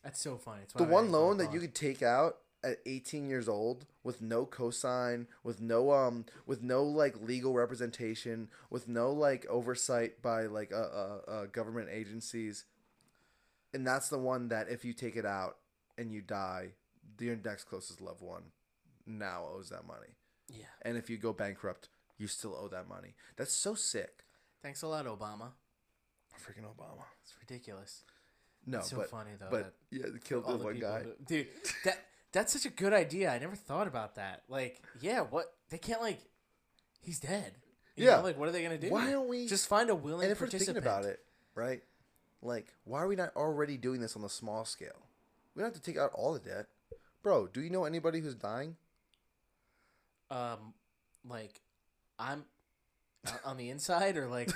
That's so funny. It's
the
why I
one
never thought
loan
of
that you
college.
could take out at 18 years old with no cosign, with no um, with no like legal representation, with no like oversight by like uh, uh, uh government agencies, and that's the one that if you take it out and you die, your next closest loved one now owes that money,
Yeah.
and if you go bankrupt, you still owe that money. That's so sick.
Thanks a lot, Obama.
Freaking Obama.
It's ridiculous.
No,
It's so
but
funny, though,
but
that
yeah, they killed
all
the
the
one
people
guy.
who- dude that that's such a good idea i never thought about that like yeah what they can't like he's dead You
Yeah.
know, like what are they gonna do
Why don't we-
just find a willing
and if we're thinking
participant
about it, right? Like, why are we not already doing this on the small scale? We don't have to take out all the debt, bro. Do you know anybody who's dying? <laughs>
um like i'm uh, on the inside or like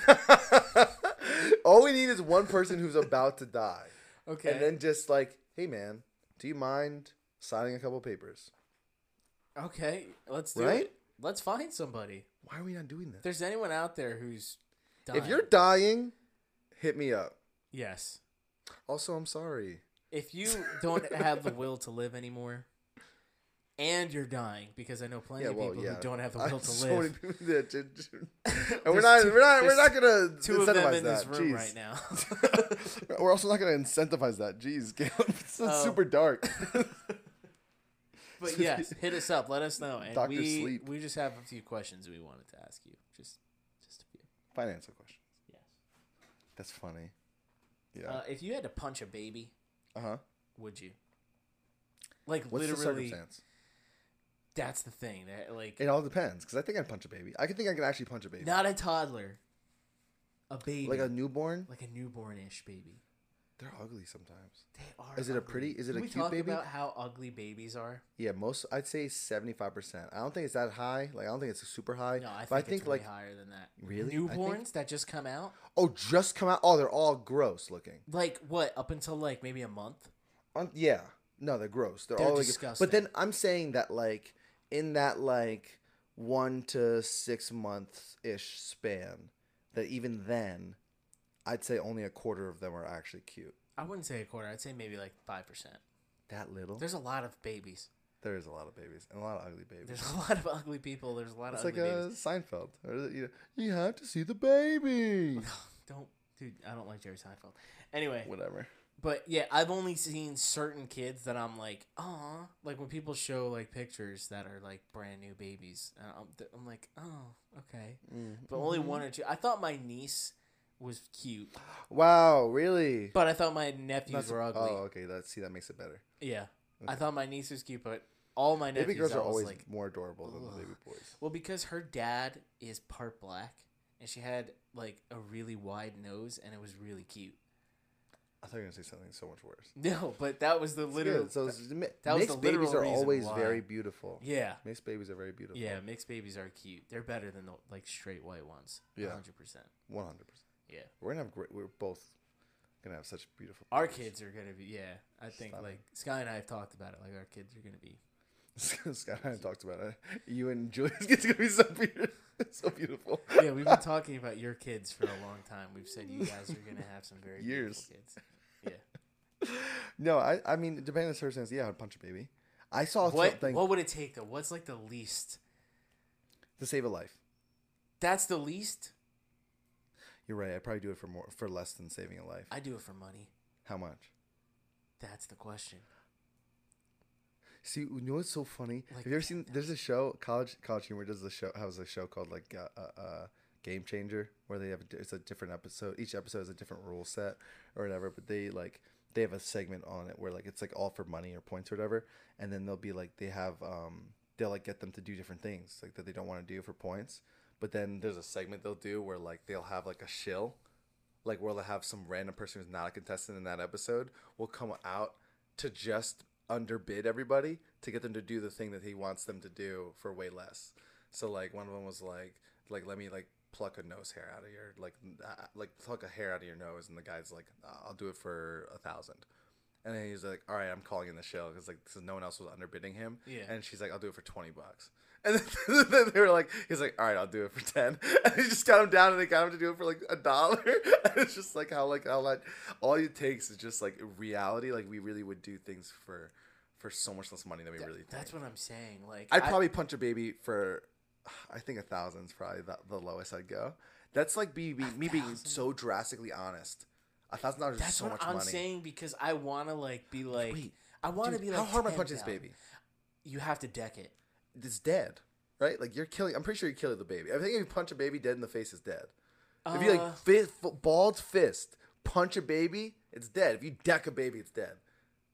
all we need is one person who's about to die,
okay
<laughs> and then just like, hey man, do you mind signing a couple papers?
okay let's do
Right?
it let's find somebody
Why are we not doing
if
this?
there's anyone out there who's dying,
If you're dying, hit me up.
yes
Also, I'm sorry.
if you don't
<laughs>
have the will to live anymore and you're dying because i know plenty
Yeah,
of
well,
people
yeah.
who don't have the
<laughs> I-
will to
so
live
many people that did-
<laughs>
and we're
There's
not,
two-
we're not, we're
there's
not gonna
two of them
incentivize
in this
that.
room
Jeez.
right
<laughs>
now.
We're also not going to incentivize that. Jeez, <laughs> Caleb, it's so
Oh.
super dark. <laughs>
but yes, hit us up. Let us know. And
Dr.
we
Sleep.
we just have a few questions we wanted to ask you. Just just a few.
Financial question.
Yes.
That's funny. Yeah.
Uh, if you had to punch a baby,
Uh huh.
would you? Like
What's the
literally,
circumstance?
that's the thing. That like
It all depends because I think I'd punch a baby. I could think I could actually punch a baby,
not a toddler, a baby,
like a newborn.
like a newborn-ish baby.
They're ugly sometimes.
They are.
Is it a
ugly.
pretty- is it
Can
a
we
cute
talk
baby?
About how ugly babies are.
Yeah, most I'd say seventy five percent. I don't think it's that high. Like I don't think it's super high.
No, I think,
but
it's
I think
way
like
higher than that.
Really? I think-
Newborns that just come out,
oh, just come out. Oh, they're all gross looking.
like what up until like maybe a month.
Um, yeah. No, they're gross. They're,
They're
all like,
disgusting.
But then I'm saying that like in that like one to six months ish span, that even then, I'd say only a quarter of them are actually cute.
I wouldn't say a quarter. I'd say maybe like five percent.
That little.
There's a lot of babies.
There is a lot of babies and a lot of ugly babies.
There's a <laughs> lot of ugly people. There's a lot of
It's
ugly
like a
babies. <sighs>
Seinfeld. Or, is it, you, know, you have to see the baby.
<laughs> Don't, dude. I don't like Jerry Seinfeld. Anyway,
Whatever.
but yeah, I've only seen certain kids that I'm like, oh, like when people show like pictures that are like brand new babies, and I'm, th- I'm like, oh, okay.
Mm-hmm.
But only one or two. I thought my niece was cute,
Wow, really?
but I thought my nephews
That's-
were ugly.
Oh, okay. Let's see. That makes it better.
Yeah, I thought my niece was cute, but all my nephews
Baby girls
I
are
was
always
like,
more adorable than
Ugh.
the baby boys.
Well, because her dad is part black, and she had like a really wide nose, and it was really cute. <laughs>
I thought you were gonna say something so much worse.
No, but that was the literal.
Literally, so it's- mi-
that was the
mixed
literal
babies are
reason
always
why.
very beautiful.
yeah,
Mixed babies are very beautiful.
yeah. Mixed babies are cute. They're better than the like straight white ones.
Yeah.
hundred percent.
one hundred percent.
Yeah,
We're gonna have great. We're both gonna have such beautiful.
our
babies.
kids are gonna be. Yeah, I think
Stunning.
like Sky and I have talked about it. Like our kids are gonna be.
<laughs> Scott and I talked about it. You and <laughs> Julia's kids are gonna be <laughs> so beautiful. so beautiful.
Yeah, we've been talking about your kids for a long time. We've said you guys are gonna have some very
Years.
beautiful kids. Yeah.
no, I. I mean, depending on the circumstance, yeah, I'd punch a baby. I saw
What
something
What would it take though? What's like the least?
to save a life.
That's the least.
You're right. I would probably do it for more for less than saving a life.
I do it for money.
How much?
That's the question.
See, you know what's so funny?
Like-
Have you ever seen? There's a show, college college humor does a show. Has a show called like uh, uh, uh, Game Changer, where they have a, di- it's a different episode. Each episode has a different rule set or whatever. But they like they have a segment on it where like it's like all for money or points or whatever. And then they'll be like they have um they'll like get them to do different things like that they don't want to do for points. But then there's a segment they'll do where like they'll have like a shill like where they'll have some random person who's not a contestant in that episode will come out to just underbid everybody to get them to do the thing that he wants them to do for way less. So like one of them was like like let me like pluck a nose hair out of your like uh, like pluck a hair out of your nose and the guy's like "Uh, I'll do it for a thousand. And then he's like, "All right, I'm calling in the show because like cause no one else was underbidding him."
Yeah.
And she's like, "I'll do it for twenty bucks." <laughs> And then, then they were like, "He's like, all right, I'll do it for 10. <laughs> And he just got him down, and they got him to do it for like a dollar. <laughs> And it's just like how like how like all it takes is just like reality. Like we really would do things for for so much less money than we
Th-
really think.
that's what I'm saying. Like
I'd
I-
probably punch a baby for, I think a thousand's probably the, the lowest I'd go. That's like be, be, me being
thousand?
so drastically honest. A thousand dollars is
that's
so
what
much
I'm
money.
saying because I want to like be like
Wait,
I want to be
Dude,
like
how hard am I punching this
10,000.
baby?
You have to deck it.
It's dead, right? Like you're killing. I'm pretty sure you're killing the baby. I think if you punch a baby dead in the face, it's dead. If you
Uh,
like fist, bald fist punch a baby, it's dead. If you deck a baby, it's dead.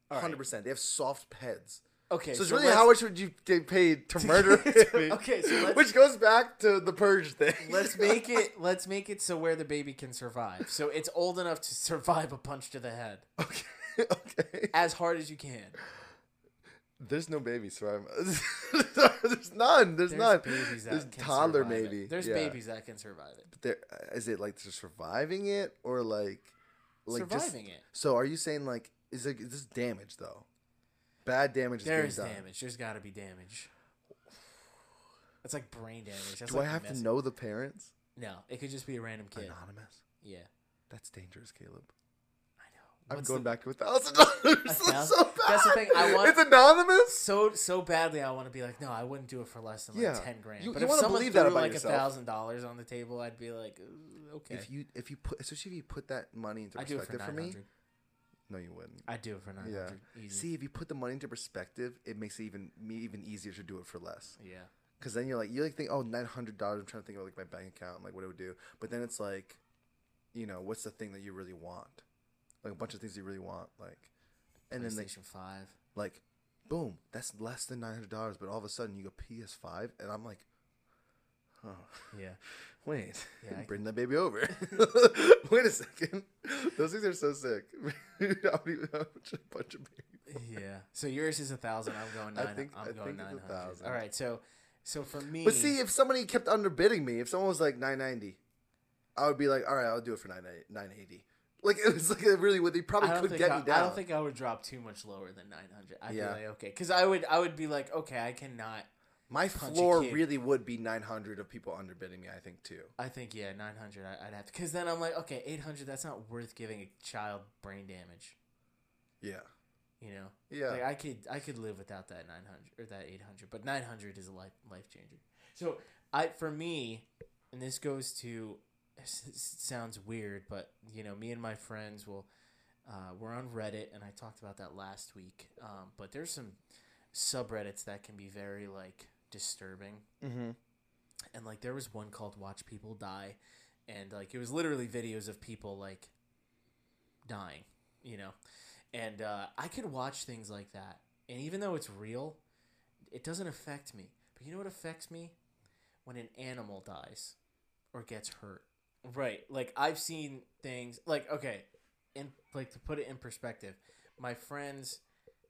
right.
Hundred percent. They have soft heads.
okay,
so it's really how much would you get paid
<laughs>
to murder a baby?
Okay, so let's-
which goes back to the purge thing.
let's make it let's make it so where the baby can survive. So it's old enough to <laughs> survive a punch to the head
okay. <laughs> okay.
as hard as you can.
There's no babies surviving. <laughs> there's none. There's,
There's
none.
babies that
there's
can
toddler
survive it.
maybe.
There's
Yeah.
babies that can survive it.
There is it like they're surviving it or like like just-
Surviving it.
So are you saying like is it is this damage though? Bad damage.
There is
is being done.
damage. There's got to be damage. That's like brain damage. That's
Do
like
I have to
messy.
know the parents?
No, it could just be a random kid.
Anonymous.
Yeah,
That's dangerous, Caleb.
I know.
I'm
What's
going
the-
back to a thousand dollars. <laughs> That's so
thousand?
bad.
That's the thing, I want-
It's anonymous.
so so badly I want to be like, no, I wouldn't do it for less than like
Yeah.
ten grand.
You-
but
you
if
wanna
someone
believe
threw
that about
like a
yourself.
thousand dollars on the table, I'd be like, "Ooh, okay.
If you if you put especially if you put that money into
I do it for
perspective for
nine
me,
hundred.
no, you wouldn't.
I do it for nine
Yeah.
hundred. Easy.
See, if you put the money into perspective, it makes it even me even easier to do it for less.
Yeah.
Because then you're like you like think oh nine hundred dollars. I'm trying to think of like my bank account and like what it would do. But then it's like, you know, what's the thing that you really want? Like a bunch of things you really want. Like, and then they
PlayStation Five.
like, boom, that's less than nine hundred dollars. But all of a sudden you go PS Five, and I'm like, oh
Yeah.
wait,
Yeah, I
<laughs> bring that
<laughs>
baby over. wait a second, those things are so sick. <laughs> I don't even know how much a bunch of baby.
Yeah. So yours is a thousand. I'm going
<laughs> I
nine.
think- I
I'm going
think it's a
nine hundred.
thousand.
All right. So so for me.
But see, if somebody kept underbidding me, if someone was like nine ninety, I would be like, all right, I'll do it for nine nine eighty. Like it was like a really what they
I
probably
don't,
could
think
get
I,
me down.
I don't think I would drop too much lower than 900. I'd
Yeah.
be like, okay, because I would, I would be like, okay, I cannot.
my
punch a
floor
kid.
really would be nine hundred of people underbidding me. I think too.
I think yeah, 900. I, I'd have to, because then I'm like, okay, 800. That's not worth giving a child brain damage.
Yeah,
You know,
Yeah.
like I could I could live without that nine hundred or that eight hundred, but nine hundred is a life life changer. So I for me, and this goes to s- s- sounds weird, but you know, me and my friends will uh, we're on Reddit, and I talked about that last week. Um, but there's some subreddits that can be very like disturbing
mm-hmm.
and like there was one called watch people die and like it was literally videos of people like dying you know and uh, i could watch things like that and even though it's real it doesn't affect me but you know what affects me when an animal dies or gets hurt right like i've seen things like okay in like to put it in perspective my friends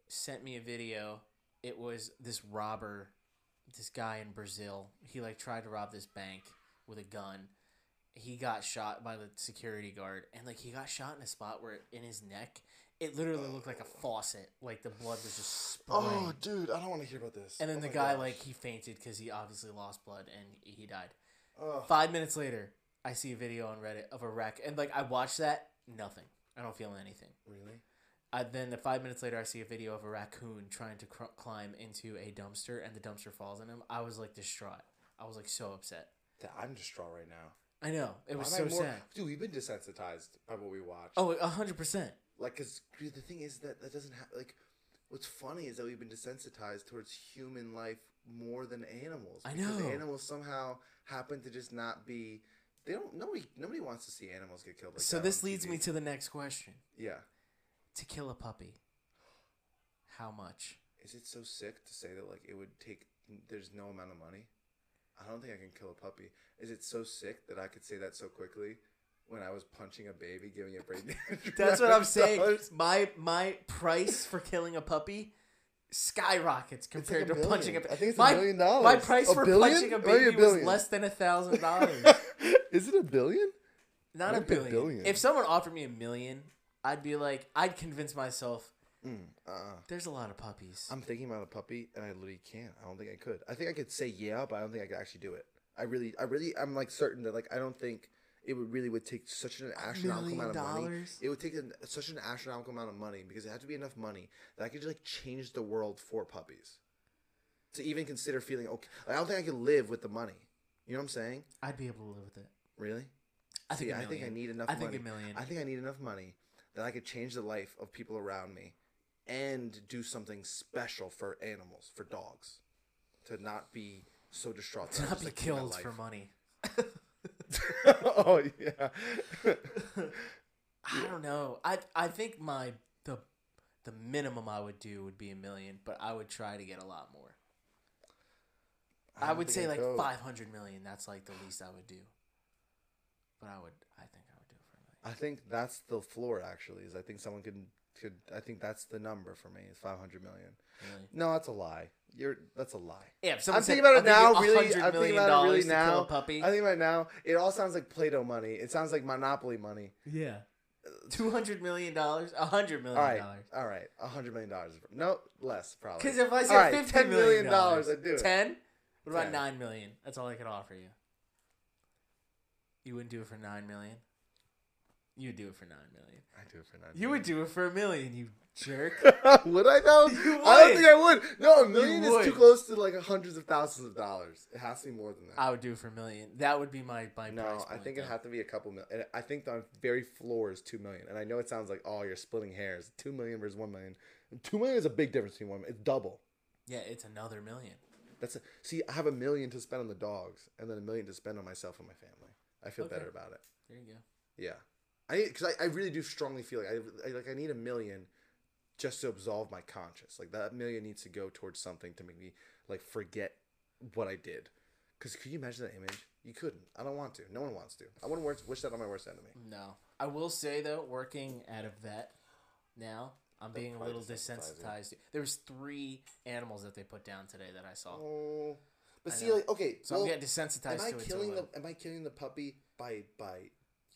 sent me a video it was this robber this guy in Brazil. He like tried to rob this bank with a gun. He got shot by the security guard, and like he got shot in a spot where in his neck, it literally looked like a faucet. Like the blood was just spraying.
Oh, dude, I don't want to hear about this.
and then
Oh
the
my
guy
gosh.
like he fainted because he obviously lost blood and he died.
Ugh.
Five minutes later, I see a video on Reddit of a wreck, and like I watched that, nothing. I don't feel anything.
Really?
I, then the five minutes later, I see a video of a raccoon trying to cr- climb into a dumpster, and the dumpster falls on him. I was like distraught. I was like so upset.
Th- I'm distraught right now.
I know it was
Why am
so
I more-
sad.
Dude, we've been desensitized by what we watch.
Oh, a hundred percent.
Like, cause dude, the thing is that that doesn't have like. What's funny is that we've been desensitized towards human life more than animals.
I
because
know.
Animals somehow happen to just not be. They don't. Nobody. Nobody wants to see animals get killed. Like
So
that
this
on
leads
TV.
me to the next question:
Yeah.
To kill a puppy, how much?
Is it so sick to say that like it would take? There's no amount of money. I don't think I can kill a puppy. Is it so sick that I could say that so quickly? When I was punching a baby, giving it brain damage.
<laughs> That's what I'm
<laughs>
saying.
$900?
My my price for killing a puppy skyrockets
It's like
compared to
billion.
punching a.
I think it's
my,
a million dollars.
My price
A
for
billion?
punching a
Oh, yeah,
baby was
billion.
less than a
<laughs>
thousand dollars.
Is it a billion?
Not a
That'd be a
billion.
billion.
If someone offered me a million, I'd be like, I'd convince myself.
Uh-uh.
There's a lot of puppies.
I'm thinking about a puppy, and I literally can't. I don't think I could. I think I could say yeah, but I don't think I could actually do it. I really, I really, I'm like certain that like I don't think it would really would take such an astronomical
million
amount of money.
dollars?
It would take an, such an astronomical amount of money because it had to be enough money that I could like change the world for puppies. To even consider feeling okay, like, I don't think I could live with the money. You know what I'm saying?
I'd be able to live with it.
Really?
I think.
See,
a
I think I
million.
need enough.
I think
money.
a million. <laughs>
I think I need enough money that I could change the life of people around me, and do something special for animals, for dogs, to not be so distraught. that
to
I'm
not
just
be
like, "Take my
killed
life."
for money.
<laughs> oh
<laughs>
yeah.
I don't know. I I think my the the minimum I would do would be a million, but I would try to get a lot more. I,
don't
would
think
say
I
like
go.
five hundred million. That's like the least I would do. But I would. I think I would do it for a million.
I think that's the floor. Actually, is I think someone could could. I think that's the number for me. Is five hundred million.
Really.
No, that's a lie. You're that's a lie.
Yeah. If
I'm
someone
thinking
said,
about it
"I'll
now.
give you
Really,
$100
I'm thinking
million
about it really
to kill
now.
A puppy.
I <laughs> think about it now. It all sounds like Play-Doh money. It sounds like Monopoly money.
yeah. Two hundred million dollars. A hundred million
All right,
dollars.
all right, a hundred million dollars. No, less probably.
Because if I
All
said
right,
fifteen
$10
million
million,
dollars,
I'd do it.
ten. What about
Ten.
nine million? That's all I could offer you. You wouldn't do it for nine million. You'd do it for nine million.
I do it for nine.
You would do it for a million, you
<laughs>
jerk.
would. would I though? I
would.
don't think I would. No, a million
would.
is too close to like hundreds of thousands of dollars. It has to be more than that.
I would do it for a million. That would be my my price
no, I
point,
think it
though.
has to be a couple million. I think the very floor is two million. And I know it sounds like oh, you're splitting hairs. Two million versus one million. Two million is a big difference between one. It's double.
Yeah, it's another million.
That's a, see, I have a million to spend on the dogs, and then a million to spend on myself and my family. I feel
Okay.
better about it.
There you go.
Yeah, I because I, I really do strongly feel like I, I like I need a million just to absolve my conscience. Like that million needs to go towards something to make me like forget what I did. Because could you imagine that image? You couldn't. I don't want to. No one wants to. I wouldn't wish- wish that on my worst enemy.
No, I will say though, working at a vet now, I'm being a
probably
little
desensitizing.
desensitized. There was three animals that they put down today that I saw,
Oh, but
I
see,
know.
like okay,
so
well,
I'm getting desensitized
am I
to it. too a
killing the
little.
am I killing the puppy by by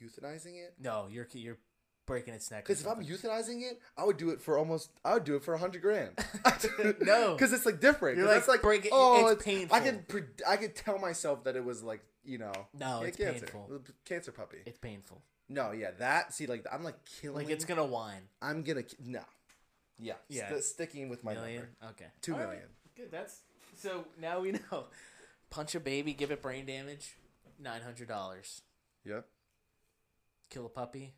euthanizing it?
No, you're you're breaking its neck. or
Because if I'm
something.
euthanizing it, I would do it for almost, I would do it for a hundred grand.
<laughs> No.
because it's like different.
You're
<laughs> 'Cause
like,
it's like
break it-
oh,
it's
it's,
painful.
I could, pre- I could tell myself that it was like, you know,
No,
yeah,
it's
cancer,
painful.
cancer puppy.
it's painful.
no, yeah, that. See, like, I'm like killing.
Like it's gonna whine.
I'm gonna ki- no, Yeah.
Yeah.
St- sticking with my
Million?
number.
Okay.
Two
All
million.
right. Good. That's so now we <laughs> know. Punch a baby, give it brain damage, nine hundred dollars.
Yep.
Kill a puppy,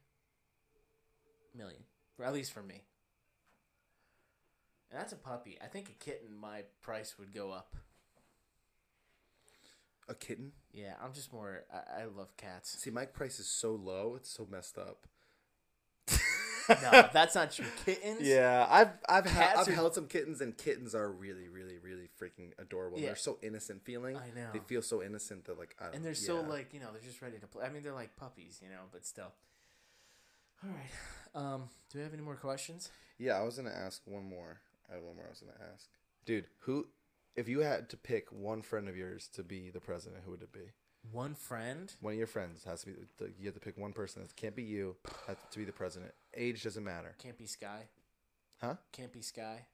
million. Or at least for me. And that's a puppy. I think a kitten, my price would go up.
A kitten.
Yeah, I'm just more. I, I love cats.
See, my price is so low. It's so messed up.
<laughs>
<laughs>
no, that's not true. Kittens.
Yeah, I've I've had
Cats
I've
are-
held some kittens, and kittens are really, really, really freaking adorable.
Yeah.
They're so innocent feeling.
I know.
They feel so innocent. They're like, I don't,
And they're so
yeah.
like you know they're just ready to play. I mean they're like puppies, you know, but still. All right. Um, do we have any more questions?
Yeah, I was gonna ask one more. I had one more. I was gonna ask, dude, who, if you had to pick one friend of yours to be the president, who would it be?
One friend.
One of your friends has to be. the- You have to pick one person. It can't be you. Has to be the president. Age doesn't matter.
Can't be Sky.
Huh?
Can't be Sky.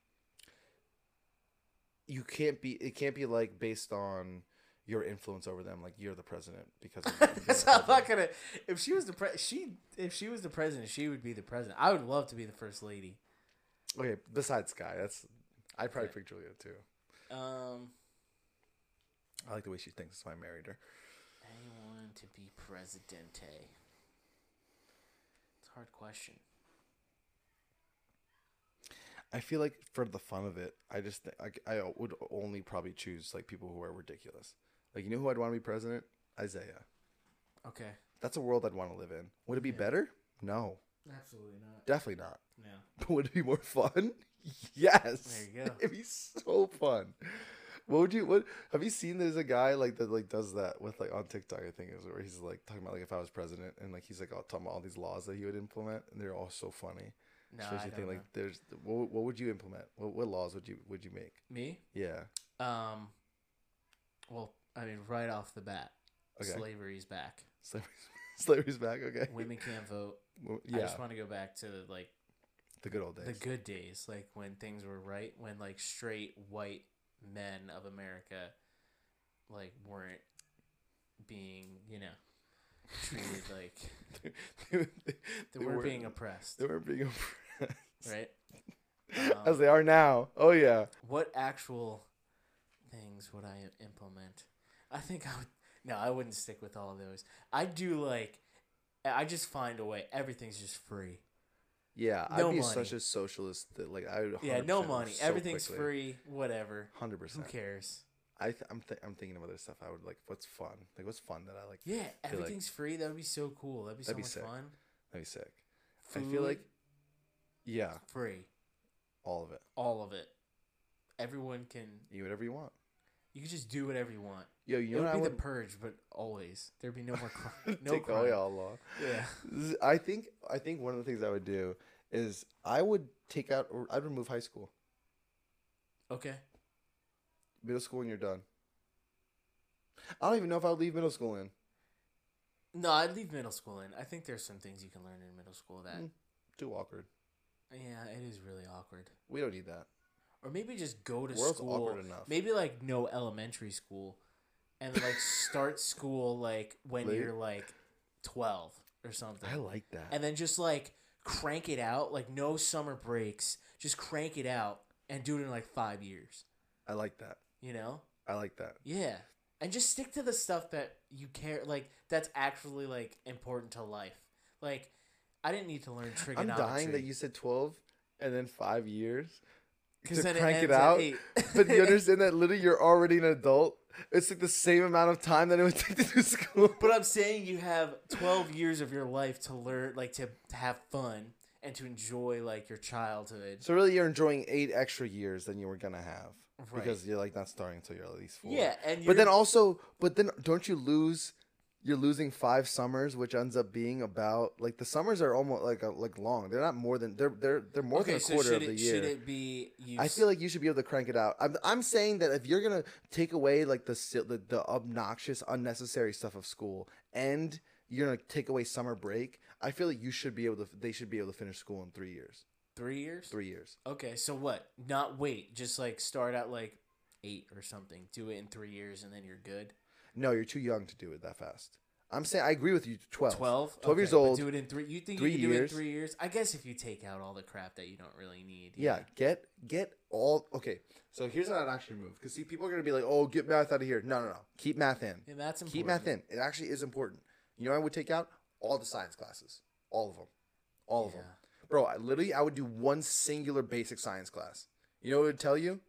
You can't be. It can't be like based on your influence over them. Like you're the president
<laughs>
because. Of you're the
That's not
president.
gonna. If she was the pre, she if she was the president, she would be the president. I would love to be the first lady.
Okay, besides Sky, that's I'd probably pick Julia too.
Um,
I like the way she thinks, so I married her.
anyone to be presidente. It's a hard question.
I feel like for the fun of it, I just th- I, I would only probably choose like people who are ridiculous. Like you know who I'd want to be president? Isaiah.
Okay.
That's a world I'd want to live in. Would it be better? No,
Absolutely not.
definitely not.
No.
But <laughs> would it be more fun? <laughs> Yes.
There you go.
<laughs> It'd be so fun. What would you what have you seen there's a guy like that like does that with like on TikTok I think it was where he's like talking about like if I was president and like he's like all talking about all these laws that he would implement and they're all so funny.
No, I
Especially
don't
think
know.
like there's what, what would you implement? What, what laws would you would you make?
me.
Yeah.
Um, well, I mean, right off the bat,
Okay.
slavery's back.
Slavery's, <laughs> slavery's back, okay.
Women can't vote.
Well,
I
yeah.
just want to go back to like
the good old days.
the good days, like when things were right, when like straight white men of America, like weren't being, you know,
<laughs>
treated like
they, they,
they,
they
were
weren't-
being oppressed,
they were <laughs> being
Um,
oppressed.
right?
<laughs>
Um,
As they are now. Oh yeah.
what actual things would I implement? I think I would. No, I wouldn't stick with all of those. I do like. I just find a way. Everything's just free.
Yeah,
No
I'd be
money.
such a socialist that like I would.
Yeah, no money. Everything's free. Whatever.
Hundred
Who
percent.
cares?
I th- I'm th- I'm thinking of other stuff. I would like what's fun. Like what's fun that I like.
Yeah,
like-
everything's free. That would be so cool. That'd be so
That'd be
much
sick.
fun.
That'd be sick. I feel
Food,
like. Yeah,
free.
all of it.
All of it. Everyone can.
You do whatever you want.
You can just do whatever you want.
Yo,
it
you know
would
what
be
I
the
would.
purge, but always there'd be no
<laughs>
more crime.
Take
No
away
crime.
all law.
Yeah.
Z- I think I think one of the things I would do is I would take out or I'd remove high school,
Okay.
middle school, and you're done. I don't even know if I would leave middle school in.
No, I'd leave middle school in. I think there's some things you can learn in middle school that
Mm. Too awkward.
yeah, it is really awkward.
We don't need that.
Or maybe just go to
World's
school.
awkward enough.
Maybe like no elementary school, and like start school like when
Late.
you're like twelve or something,
I like that.
and then just like crank it out. Like no summer breaks, just crank it out and do it in like five years.
I like that.
You know?
I like that.
Yeah. And just stick to the stuff that you care like that's actually like important to life. Like I didn't need to learn
I'm
trigonometry.
dying that you said 12 and then five years to
because then it,
crank it,
ends at
out.
eight.
<laughs>
<laughs>
but you understand that literally you're already an adult. It's like the same amount of time that it would <laughs> take to do school.
But I'm saying you have 12 years of your life to learn, like to have fun and to enjoy like your childhood.
So really, you're enjoying eight extra years than you were gonna have
Right.
because you're like not starting until you're at least four.
Yeah, and
but then
you're-
also, but then don't you lose? You're losing five summers, which ends up being about like the summers are almost like a, like long. They're not more than they're they're they're more
okay,
than a
so
quarter
should
of the
it,
year.
should it be? You
I feel like you should be able to crank it out. I'm, I'm saying that if you're gonna take away like the si- the, the obnoxious, unnecessary stuff of school, and you're gonna take away summer break, I feel like you should be able to. They should be able to finish school in three years.
three years.
Three years.
Okay, so what? Not wait, just like start at like eight or something. Do it in three years, and then you're good.
No, you're too young to do it that fast. I'm saying I agree with you. 12.
12?
12 years
Okay, but
old.
Do it in three. You think
three
you can do it
years.
in three years? I guess if you take out all the crap that you don't really need.
Yeah, get get all okay. So here's how I'd actually move because see, people are gonna be like, "Oh, get math out of here." No, no, no. Keep math in.
And that's important.
Keep math in. It actually is important. You know, what I would take out all the science classes, all of them, all of them, bro. I, literally, I would do one singular basic science class. You know what it would tell you?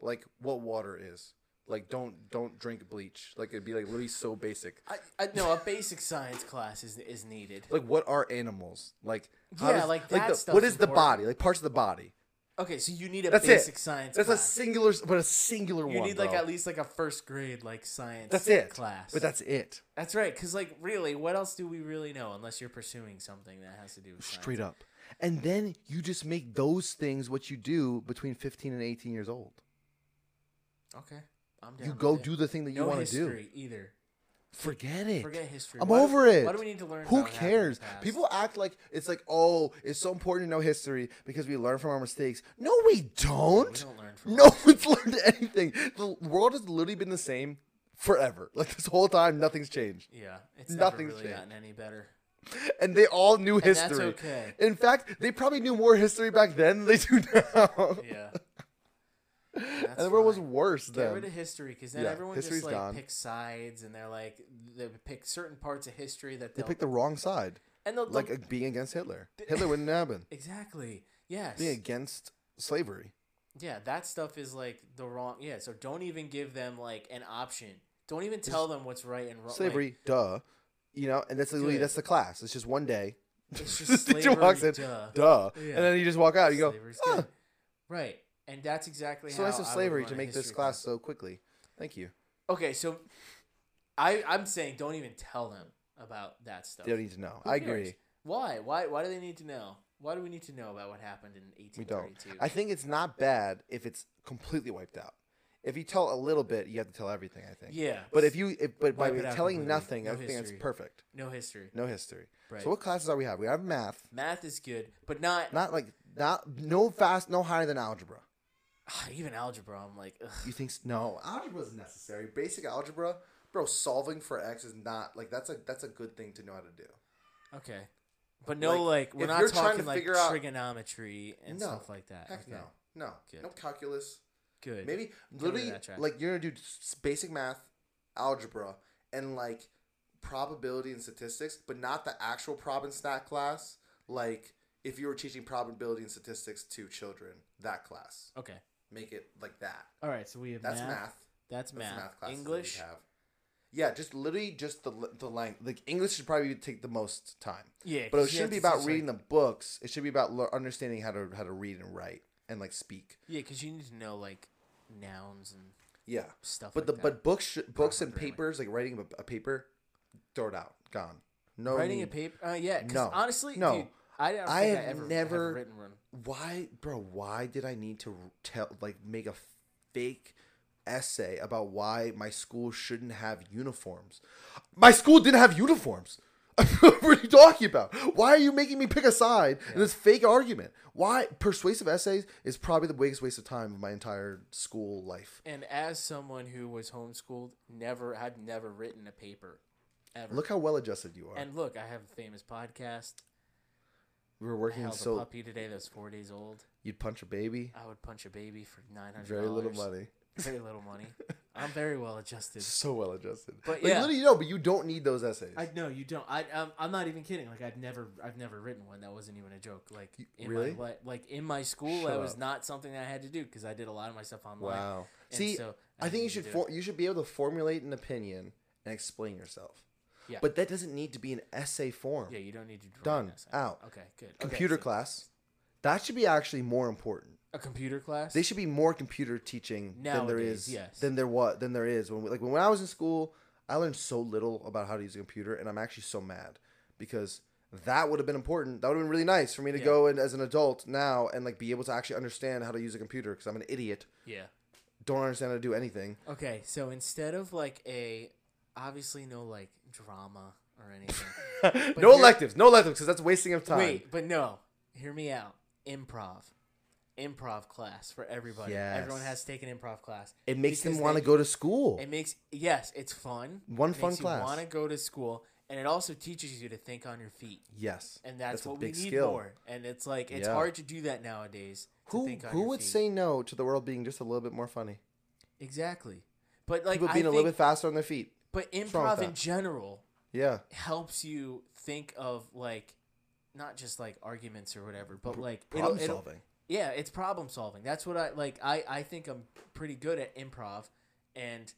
Like what water is. Like don't don't drink bleach. Like it'd be like literally so basic.
I, I no, a basic science class is is needed.
Like what are animals? Like how
Yeah, like, that
the-
stuff's
What is the
important.
body? Like parts of the body.
Okay, so you need a
That's it.
basic science
That's a
class.
singular, but a singular
you
one.
need like
bro.
at least like a first grade like science
That's it.
class.
But that's it.
that's right, because like really, what else do we really know unless you're pursuing something that has to do with science?
Straight up. And then you just make those things what you do between 15 and 18 years old.
Okay, I'm down.
You
with
go
it.
do the thing that you
no
want to do.
history either.
Forget it.
Forget history.
I'm
Why do-
over it.
Why do we need to learn?
Who
about happening in the
cares?
past?
People act like it's like, oh, it's so important to know history because we learn from our mistakes. No, we don't.
We don't learn from
no one's <laughs> learned anything. The world has literally been the same forever. Like this whole time, nothing's changed.
Yeah, it's never
Nothing's
really
changed.
gotten any better.
and they all knew
that's
history.
okay.
In fact, they probably knew more history back then than they do <laughs> now. <laughs>
Yeah.
and the world was worse
Get rid
then.
of history because then
Yeah,
everyone
history's
just like
gone.
picks sides and they're like they pick certain parts of history that
They
they'll
picked the wrong side,
and they'll
like
they'll-
uh, being against Hitler. Hitler
<laughs>
wouldn't happen.
exactly yes
Being against slavery.
yeah that stuff is like the wrong yeah so don't even give them like an option don't even tell them what's right and wrong like,
Slavery, duh. You know, and that's literally
Dude.
that's the class. It's just one day. <laughs>
it's just
Teacher
slavery
walks in,
duh.
duh,
Yeah.
and then you just walk out. You go,
Slavery's
ah,
good. right and that's exactly how
so nice of
I would
slavery
run
to
a
make this
history
class so quickly. Thank you.
okay so I I'm saying don't even tell them about that stuff
They don't need to know.
Who
I
cares?
agree.
Why? Why? Why do they need to know? Why do we need to know about what happened in
We don't.
1832?
I think it's not bad if it's completely wiped out. If you tell a little bit, you have to tell everything. I think.
Yeah.
But if you, if, but by
Wipe it out
telling
completely.
nothing,
No
I think that's
history.
perfect.
no history.
No history.
Right.
So what classes are we have? We have math.
Math is good, but not, <sighs>
Not like not no fast, no higher than algebra.
even algebra. I'm like, ugh.
You think s- no algebra is necessary? Basic algebra, bro. Solving for x is not like that's a that's a good thing to know how to do.
okay. But no, like,
Like,
we're
if
not
you're trying
talking
to
like
figure out-
trigonometry and
No.
stuff like that.
Heck
okay.
no, no,
Good.
no calculus.
Good.
Maybe
rid of
literally
that track.
like you're gonna do s- basic math, algebra, and like probability and statistics, but not the actual prob and stat class. Like if you were teaching probability and statistics to children, that class
Okay.
make it like that.
All right. So we have
That's
math.
math.
That's
That's
math.
math classes that we
English.
have. Yeah, just literally just the l- the language. Like English should probably take the most time.
Yeah.
But
'cause
it
you have
shouldn't be
to
about
teach,
reading
Like,
the books. It should be about lear- understanding how to how to read and write and like speak.
yeah, because you need to know like nouns and
Yeah.
stuff. like
But the
that.
but books sh- books
Proper
and
grammar.
papers like writing a, a paper, throw it out, gone. No
writing
need.
a paper. Uh, yeah. 'cause
No.
Honestly,
No.
dude, I don't.
I
think
have
ever
never-
written one.
Why, bro? Why did I need to r- tell like make a fake essay about why my school shouldn't have uniforms? My school didn't have uniforms. <laughs> what are you talking about? Why are you making me pick a side in this fake argument? Why persuasive essays is probably the biggest waste of time of my entire school life.
And as someone who was homeschooled, never had never written a paper ever.
Look how well adjusted you are.
and look, I have a famous podcast.
we were
I
working
held a
so
puppy today that was four days old.
you'd punch a baby.
I would punch a baby for nine hundred.
Very little money.
<laughs>
<laughs>
Very little money. I'm very well adjusted.
So well adjusted.
But
But
yeah.
yeah. literally, no, but you don't need those essays.
I no, you don't. I I'm, I'm not even kidding. Like I've never I've never written one. That wasn't even a joke. Like
You-
in
really?
my li- like in my school,
Shut
that was
up.
not something that I had to do because I did a lot of my stuff online.
wow.
And
See,
so I
I think you
didn't
should
do it.
for, you should be able to formulate an opinion and explain yourself.
Yeah.
But that doesn't need to be an essay form.
Yeah, you don't need to. draw
Done.
an essay.
Out.
Okay. Good. Okay,
Computer
so
class. That should be actually more important.
A computer class.
They should be more computer teaching than there
Nowadays,
is
yes.
than there was than there is when we, like when I was in school, I learned so little about how to use a computer, and I'm actually so mad because that would have been important. That would have been really nice for me to
Yeah.
go in as an adult now and like be able to actually understand how to use a computer because I'm an idiot,
yeah.
don't understand how to do anything.
Okay, so instead of like a obviously no like drama or
<laughs>
anything.
no
here-
electives, no electives because that's wasting of time.
Wait, but no. Hear me out. Improv. improv class for everybody.
Yes.
Everyone has to take an improv class.
It makes them
Because
want to
they-
go to school.
It makes yes, it's fun.
One fun class.
You want to go to school, and it also teaches you to think on your feet,
Yes,
and that's,
a
what we
big
need
skill.
more. And it's like it's
Yeah.
hard to do that nowadays. to
Who
think on
who
your
would
feet.
say no to the world being just a little bit more funny?
exactly? But like
People
I
being a little
think-
bit faster on their feet.
but
What's wrong with
improv in
that?
general
Yeah,
helps you think of like not just like arguments or whatever, but like
problem
it'll, it'll,
solving.
Yeah, it's problem solving. That's what I like. I I think I'm pretty good at improv, and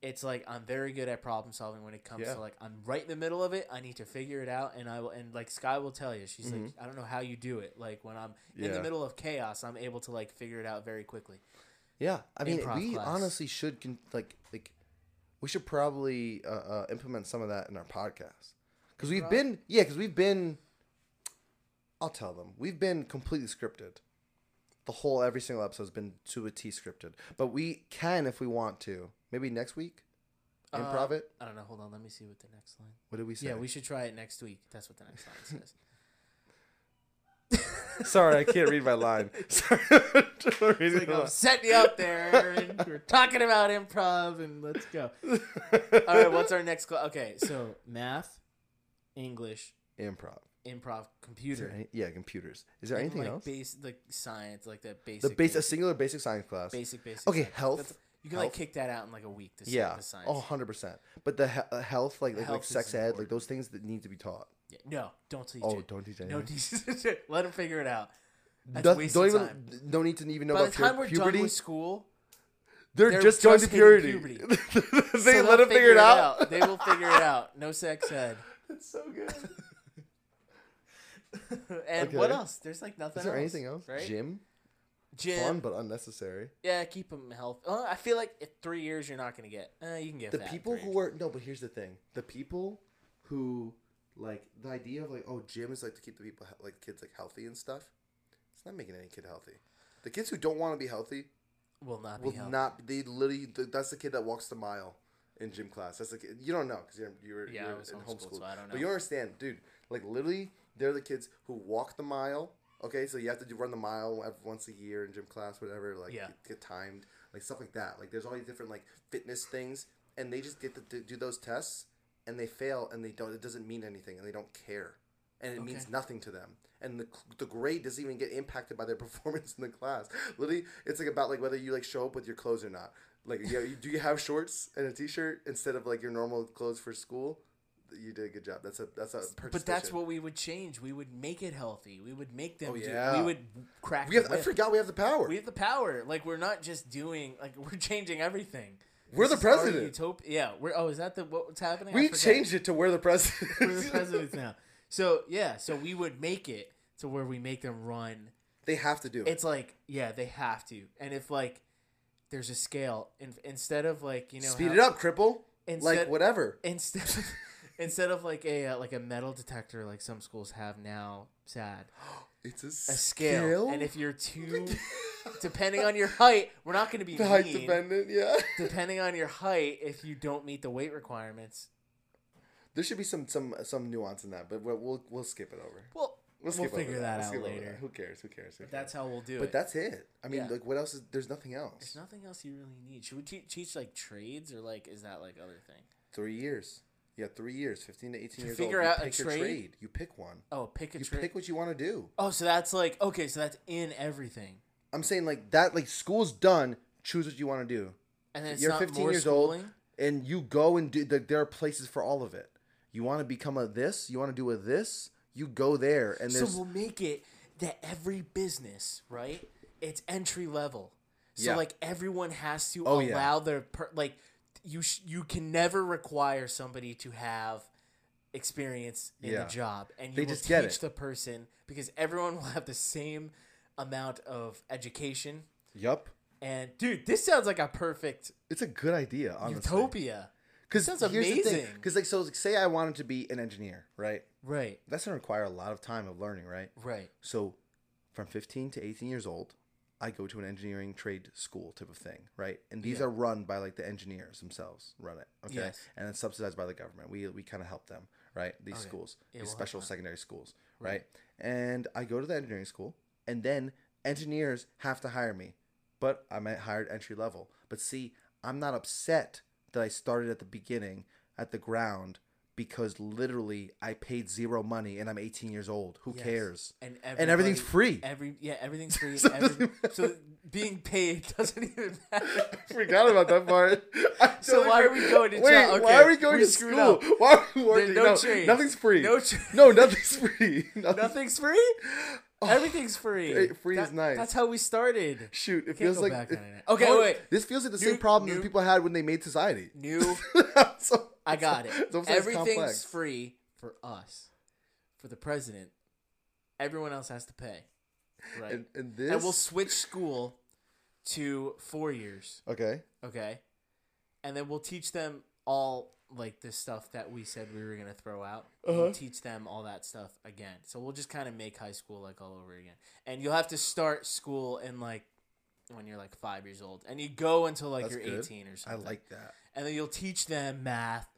it's like I'm very good at problem solving when it comes
Yeah.
to like I'm right in the middle of it. I need to figure it out, and I will. And like Sky will tell you, she's like, I don't know how you do it. Like when I'm in
Mm-hmm. Yeah.
the middle of chaos, I'm able to like figure it out very quickly.
yeah. I mean,
Improv
we
class.
honestly should con- like like we should probably uh, uh, implement some of that in our podcast because we've been yeah because we've been. I'll tell them we've been completely scripted. The whole every single episode has been to a T scripted, but we can if we want to. Maybe next week, improv
Uh,
it.
I don't know. Hold on. Let me see what the next line.
What did we say?
Yeah, we should try it next week. That's what the next line says.
<laughs> Sorry, I can't read
<laughs>
my line. Sorry.
Like, I'm setting you up there,
<laughs>
and we're talking about improv, and let's go. All right, what's our next class? Okay, so math, English,
Improv.
improv,
Is there
computer.
any- yeah, computers. Is there
and,
anything
like
else?
Base, like science, like that basic.
the base, a
basic,
singular basic science class.
basic, basic
okay,
science.
health.
That's- you can like
health.
kick that out in like a week. The, yeah.
yeah,
The science.
oh, 100 percent. But the he- uh, health, like like,
Health
like
is
sex ed, like
important.
those things that need to be taught.
Yeah, No, don't teach
Oh,
it.
don't teach
No,
anything.
teach it. <laughs> Let them figure it out. That's
Don't,
wasted
don't even
time.
don't need to even know
By the
about pu-
time we're
puberty.
done with school,
they're,
they're
just going to
just
puberty.
hitting
<laughs> they
so they'll
let them figure it out. <laughs>
They will figure it out. No sex ed.
That's so
<laughs>
good.
and
Okay.
what else? There's like nothing.
Is there
else,
anything else?
Right?
Gym,
Gym.
fun but unnecessary.
Yeah, keep them healthy. Oh, I feel like in three years you're not gonna get. Uh, you can get
the
that in
people
three
who
years.
are no but here's the thing the people who like the idea of like oh gym is like to keep the people he- like kids like healthy and stuff it's not making any kid healthy the kids who don't want to be healthy
will not be
will
healthy.
not they literally th- that's the kid that walks the mile in gym class that's the kid you don't know because you're you're,
Yeah, I
you're
was
in
homeschooled,
homeschool
so I don't
but
know.
you understand dude like literally they're the kids who walk the mile okay so you have to do, run the mile ev- once a year in gym class whatever like
Yeah.
get, get timed like stuff like that like there's all these different like fitness things and they just get to d- do those tests and they fail and they don't it doesn't mean anything and they don't care and it means
Okay.
nothing to them and the, the grade doesn't even get impacted by their <laughs> performance in the class literally it's like about like whether you like show up with your clothes or not like yeah, you, do you have shorts and a t-shirt instead of like your normal clothes for school you did a good job that's a that's a
But that's
participation.
what we would change. We would make it healthy. We would make them.
Oh,
do,
yeah.
we would crack.
we have
the
i
whip.
forgot we have the power
We have the power. Like we're not just doing. Like <laughs> we're changing everything.
We're
This
the
is our
president.
Utopia. Yeah. We're. Oh, is that the what's happening? I
we
forget.
changed it to we're the president <laughs>
We're the presidents now. So yeah. So we would make it to where we make them run
they have to do it
it's like yeah they have to and if like there's a scale in, instead of like you know
speed
how-
it up cripple like
Instead-
whatever
instead of, <laughs> instead of like a uh, like a metal detector like some schools have now sad
it's a,
a scale,
<laughs>
and if you're too depending on your height we're not going to be
height
mean,
dependent yeah
depending on your height if you don't meet the weight requirements
There should be some some some nuance in that, but we'll we'll, we'll skip it over.
well
We'll,
we'll,
skip
figure
over
that
We'll
out
skip over
later
that. Who cares? Who cares? Who cares?
that's how we'll do
but
it
that's it. I mean,
Yeah.
like, what else is? There's nothing else.
there's nothing else you really need should we te- teach like trades or like is that like other thing
three years. Yeah, three years. Fifteen to eighteen years
figure
old.
out
you
a
pick your
trade?
You pick one.
oh pick a
You
trade
pick what you want to do.
Oh, so that's like okay, so that's in everything,
I'm saying like that. Like school's done. Choose what you want to do.
and then it's
You're
not
15
more
years
schooling.
old, and you go and do. Like, there are places for all of it. You want to become a this. You want to do a this. You go there, and
So
there's
we'll make it that every business, right? It's entry level. So
Yeah.
like everyone has to
Oh, yeah.
allow their per- like you sh- you can never require somebody to have experience in
Yeah.
the job, and you
They
will
just
teach
get it.
the person because everyone will have the same amount of education.
yup.
And dude, this sounds like a perfect
It's a good idea. Honestly.
utopia,
Because
Sounds amazing.
Because like so, like, say I wanted to be an engineer, right?
right?
That's gonna require a lot of time of learning, right?
Right.
So, from 15 to 18 years old, I go to an engineering trade school type of thing, right? And these
Yeah.
are run by like the engineers themselves, run it, okay?
Yes.
And it's subsidized by the government. We we kind of help them, right? These
Okay.
schools,
Yeah,
these
we'll help
special
them.
secondary schools, right? And I go to the engineering school, and then engineers have to hire me, but I'm at hired entry level. But see, I'm not upset that I started at the beginning at the ground because literally I paid zero money and I'm 18 years old. Who
Yes.
cares?
and,
And
everybody-
everything's free. <laughs>
Every yeah, everything's free.
So
so,
it doesn't
so being paid <laughs> doesn't even
<laughs>
matter.
Forgot about that part. <laughs> I
So
totally
why are
forgot-
we going to
Wait,
jail? Okay,
why are we going
we
to
screwed
school?
up.
<laughs> Why are we working?
no
no,
change.
Nothing's free.
No change.
no, nothing's free. <laughs> Nothing's
<laughs> Nothing's free. Everything's free.
free- free
is
is nice.
That's how we started.
Shoot, it
Can't
feels
go
like
back
it-
on it. Okay,
Oh,
wait.
This feels like the
New-
same problem
new-
that people had when they made society.
New.
<laughs> So- <laughs>
I got it.
it's almost like it's
Everything's
complex.
free for us, for the president. Everyone else has to pay, right?
And,
And,
and this.
we'll switch school to four years,
okay.
okay? And then we'll teach them all like this stuff that we said we were gonna throw out. We'll
Uh-huh.
teach them all that stuff again. So we'll just kind of make high school like all over again. And you'll have to start school in like when you're like five years old, and you go until like
That's
you're
good.
eighteen or
I
something
like that.
and then you'll teach them math,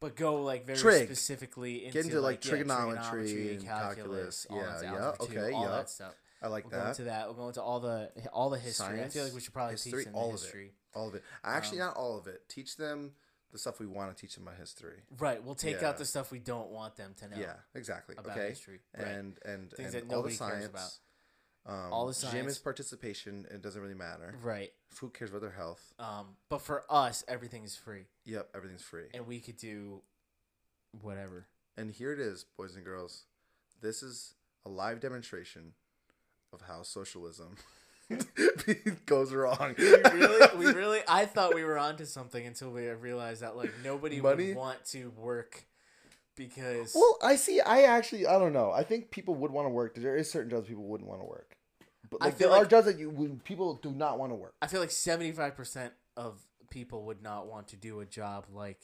but go like very
Trig.
specifically into,
Get into, like,
yeah,
trigonometry and
calculus,
calculus.
all
Yeah,
that,
yeah,
algebra two,
okay,
all
yeah.
that stuff.
I like
We'll go
that.
into that. We'll go into all the all the history. I feel
Science,
like we should probably
history,
teach them
all
the
of it.
history.
All of it.
Um,
Actually, not all of it. Teach them the stuff we want to teach them about history.
Right. We'll take
Yeah.
out the stuff we don't want them to know.
Yeah, exactly.
about
okay.
history, right.
And and
Things
and
that
all the
nobody cares
science.
about.
Um,
All the
Gym
science.
is participation. It doesn't really matter.
Right.
Who cares about their health?
Um, but for us, everything is free,
Yep, everything's free.
and we could do
<laughs>
whatever.
And here it is, boys and girls. This is a live demonstration of how socialism <laughs> goes wrong.
We really, we really. I thought we were onto something until we realized that like nobody
Money?
would want to work because
<laughs> Well, I see. I actually, I don't know. I think people would want to work. There is certain jobs people wouldn't want to work. But
I
like,
feel
there are
like-
jobs that you when people do not want to work.
I feel like seventy five percent of people would not want to do a job like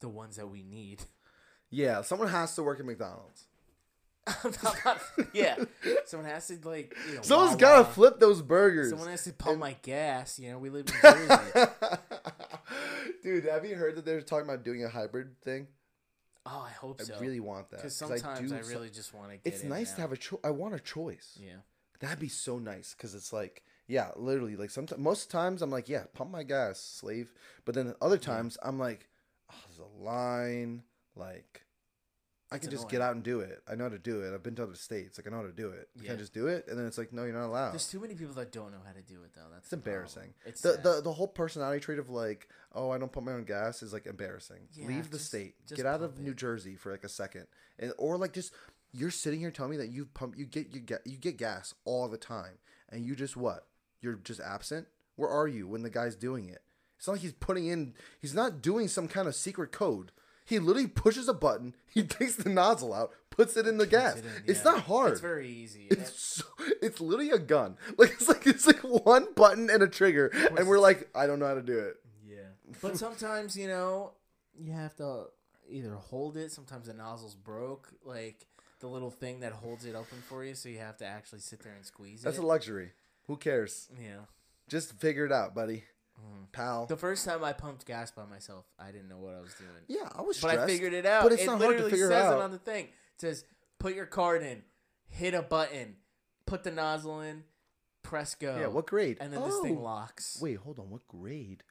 the ones that we need. <laughs>
Yeah, someone has to work at McDonald's.
I'm not- not-
<laughs>
yeah, someone has to like. You know,
Someone's
Wawa.
got to flip those burgers.
Someone has to pump my gas. You know, we
<laughs>
live in Jersey.
Dude, have you heard that they're talking about doing a hybrid thing?
oh, I hope so.
I really want that.
because
'cause
sometimes I,
so-
really just want to get.
It's nice to have a choice. I want a choice.
Yeah,
That'd be so nice because it's like, yeah, literally, like sometimes, most times I'm like, yeah, pump my gas, slave. But then other times I'm like, oh, there's a line. Like, I
It's
can just
annoying.
get out and do it. I know how to do it. I've been to other states. Like, I know how to do it. Can
Yeah.
I just do it? And then it's like, no, you're not allowed.
there's too many people that don't know how to do it though. That's
Oh. It's
the problem.
embarrassing.
Oh, It's
the,
sad.
the the whole personality trait of like, oh, I don't pump my own gas is like embarrassing.
Yeah,
Leave the
just-
state.
just
get out of
pump
New
it.
Jersey for like a second, and or like just you're sitting here telling me that you pump, you get you get you get gas all the time, and you just what? You're just absent. Where are you when the guy's doing it? It's not like he's putting in. He's not doing some kind of secret code. He literally pushes a button. <laughs> He takes the nozzle out, puts it in the gas.
Puts it in,
It's
yeah.
not hard.
It's very easy.
It's so, it's literally a gun. <laughs> Like it's like it's like one button and a trigger, and we're like, I don't know how to do it.
Yeah.
<laughs>
But sometimes, you know, you have to either hold it, sometimes the nozzle's broke, like the little thing that holds it open for you, so you have to actually sit there and squeeze
That's
it.
a luxury. Who cares?
yeah.
Just figure it out, buddy, pal.
Mm-hmm. The first time I pumped gas by myself, I didn't know what I was doing.
yeah, I was
but
stressed.
I figured it out.
But it's
it
not hard
literally
to figure
says
out.
it on the thing. It says put your card in, hit a button, put the nozzle in, press go.
yeah, what grade?
um, and then this thing
Oh,
locks.
Wait, hold on. What grade?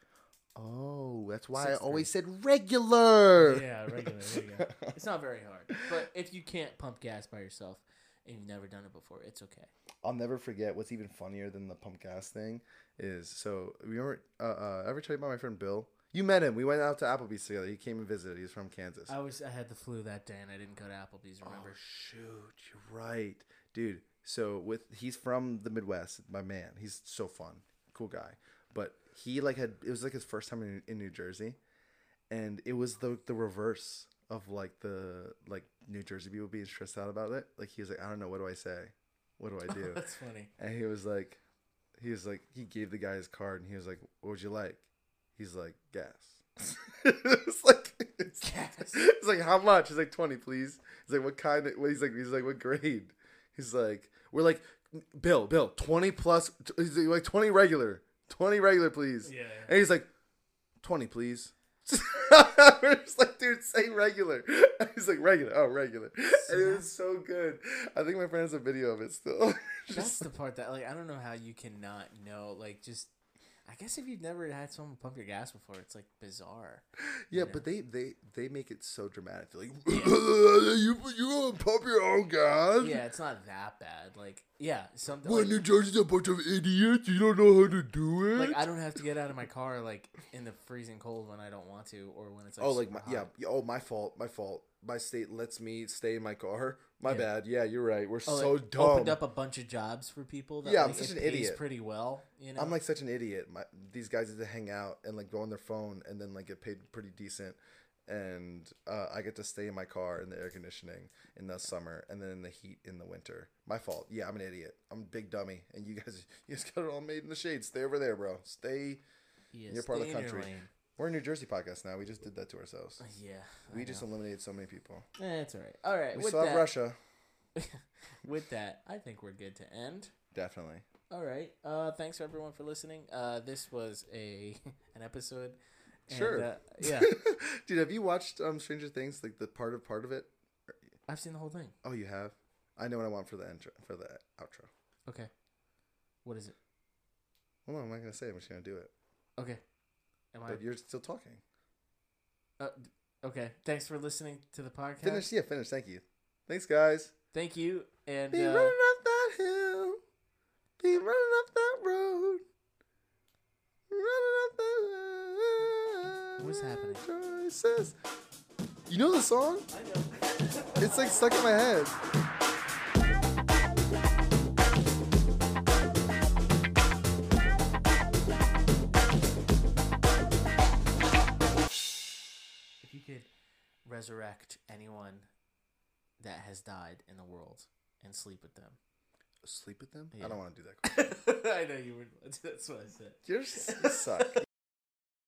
Oh, that's why
Sixth
I always said regular.
Yeah, regular. There you
<laughs>
go. It's not very hard. But if you can't pump gas by yourself and you've never done it before, it's okay.
I'll never forget what's even funnier than the pump gas thing is so remember uh, uh I ever tell you about my friend Bill? You met him. We went out to Applebee's together. He came and visited. He's from Kansas.
I was I had the flu that day and I didn't go to Applebee's. Remember?
Oh shoot, you're right, dude. So with he's from the Midwest, my man. He's so fun, cool guy. But he like had it was like his first time in, in New Jersey, and it was the the reverse of like the like New Jersey people being stressed out about it. Like he was like, I don't know, what do I say? What do I do?
<laughs> That's funny.
And he was like, he was like, he gave the guy his card, and he was like, "What would you like?" He's like, "Gas." <laughs> it's like, it's,
Gas.
it's like how much? He's like twenty, please. He's like, what kind? Of, what he's like, he's like, what grade? He's like, we're like, Bill, Bill, twenty plus. He's like twenty regular, twenty regular, please.
Yeah.
And he's like, twenty, please. <laughs> We're just like, dude, say regular. <laughs> He's like, regular. Oh, regular. And it was so good. I think my friend has a video of it still. <laughs>
That's
just,
the part that like I don't know how you cannot know. Like just, I guess if you've never had someone pump your gas before, it's like bizarre.
yeah,
know.
but they they they make it so dramatic. They're like, <laughs> you you gonna pump your own gas?
Yeah, it's not that bad. Like yeah, something.
What
Like,
New Jersey's a bunch of idiots. You don't know how to do it.
like I don't have to get out of my car like in the freezing cold when I don't want to, or when it's like
oh, like my,
super
yeah.
hot.
yeah, Oh, my fault. My fault. My state lets me stay in my car. My
Yeah.
bad. Yeah, you're right. We're
Oh,
so
like,
dumb.
Opened up a bunch of jobs for people. That,
Yeah, I'm
like,
such
it
an
pays
idiot.
Pretty well, you know.
I'm like such an idiot. My, these guys used to hang out and like go on their phone and then like get paid pretty decent. And uh, I get to stay in my car in the air conditioning in the summer and then in the heat in the winter. My fault. Yeah, I'm an idiot. I'm a big dummy. And you guys, <laughs> you guys got it all made in the shade. Stay over there, bro. Stay.
yeah,
you're part of the
stay in your
country.
lane.
We're a New Jersey podcast now. We just did that to ourselves.
Yeah, I
We just
know.
eliminated so many people.
Eh, it's all right. All right,
We
with
still have
that,
Russia.
with that, I think we're good to end.
Definitely.
All right. Uh, thanks everyone for listening. Uh, this was a <laughs> an episode. And,
Sure.
Uh, yeah,
<laughs> Dude, have you watched um Stranger Things? Like the part of part of it?
I've seen the whole thing.
Oh, you have. I know what I want for the intro for the outro.
Okay. What is it?
Well, I'm not gonna say. it, I'm just gonna do it.
Okay.
<laughs>
Am I
But you're still talking.
uh, d- okay? Thanks for listening to the podcast.
Finish. Yeah, finish. Thank you. Thanks, guys.
Thank you. And
Be running
uh,
up that hill. Be running up that road. Running up that
What's happening?
Choices. You know the song? I know. It's like stuck in my head.
if you could resurrect anyone that has died in the world and sleep with them. <laughs>
Sleep with them?
Yeah.
I don't want to do that.
I know you would. That's what I said.
You're, s- you suck.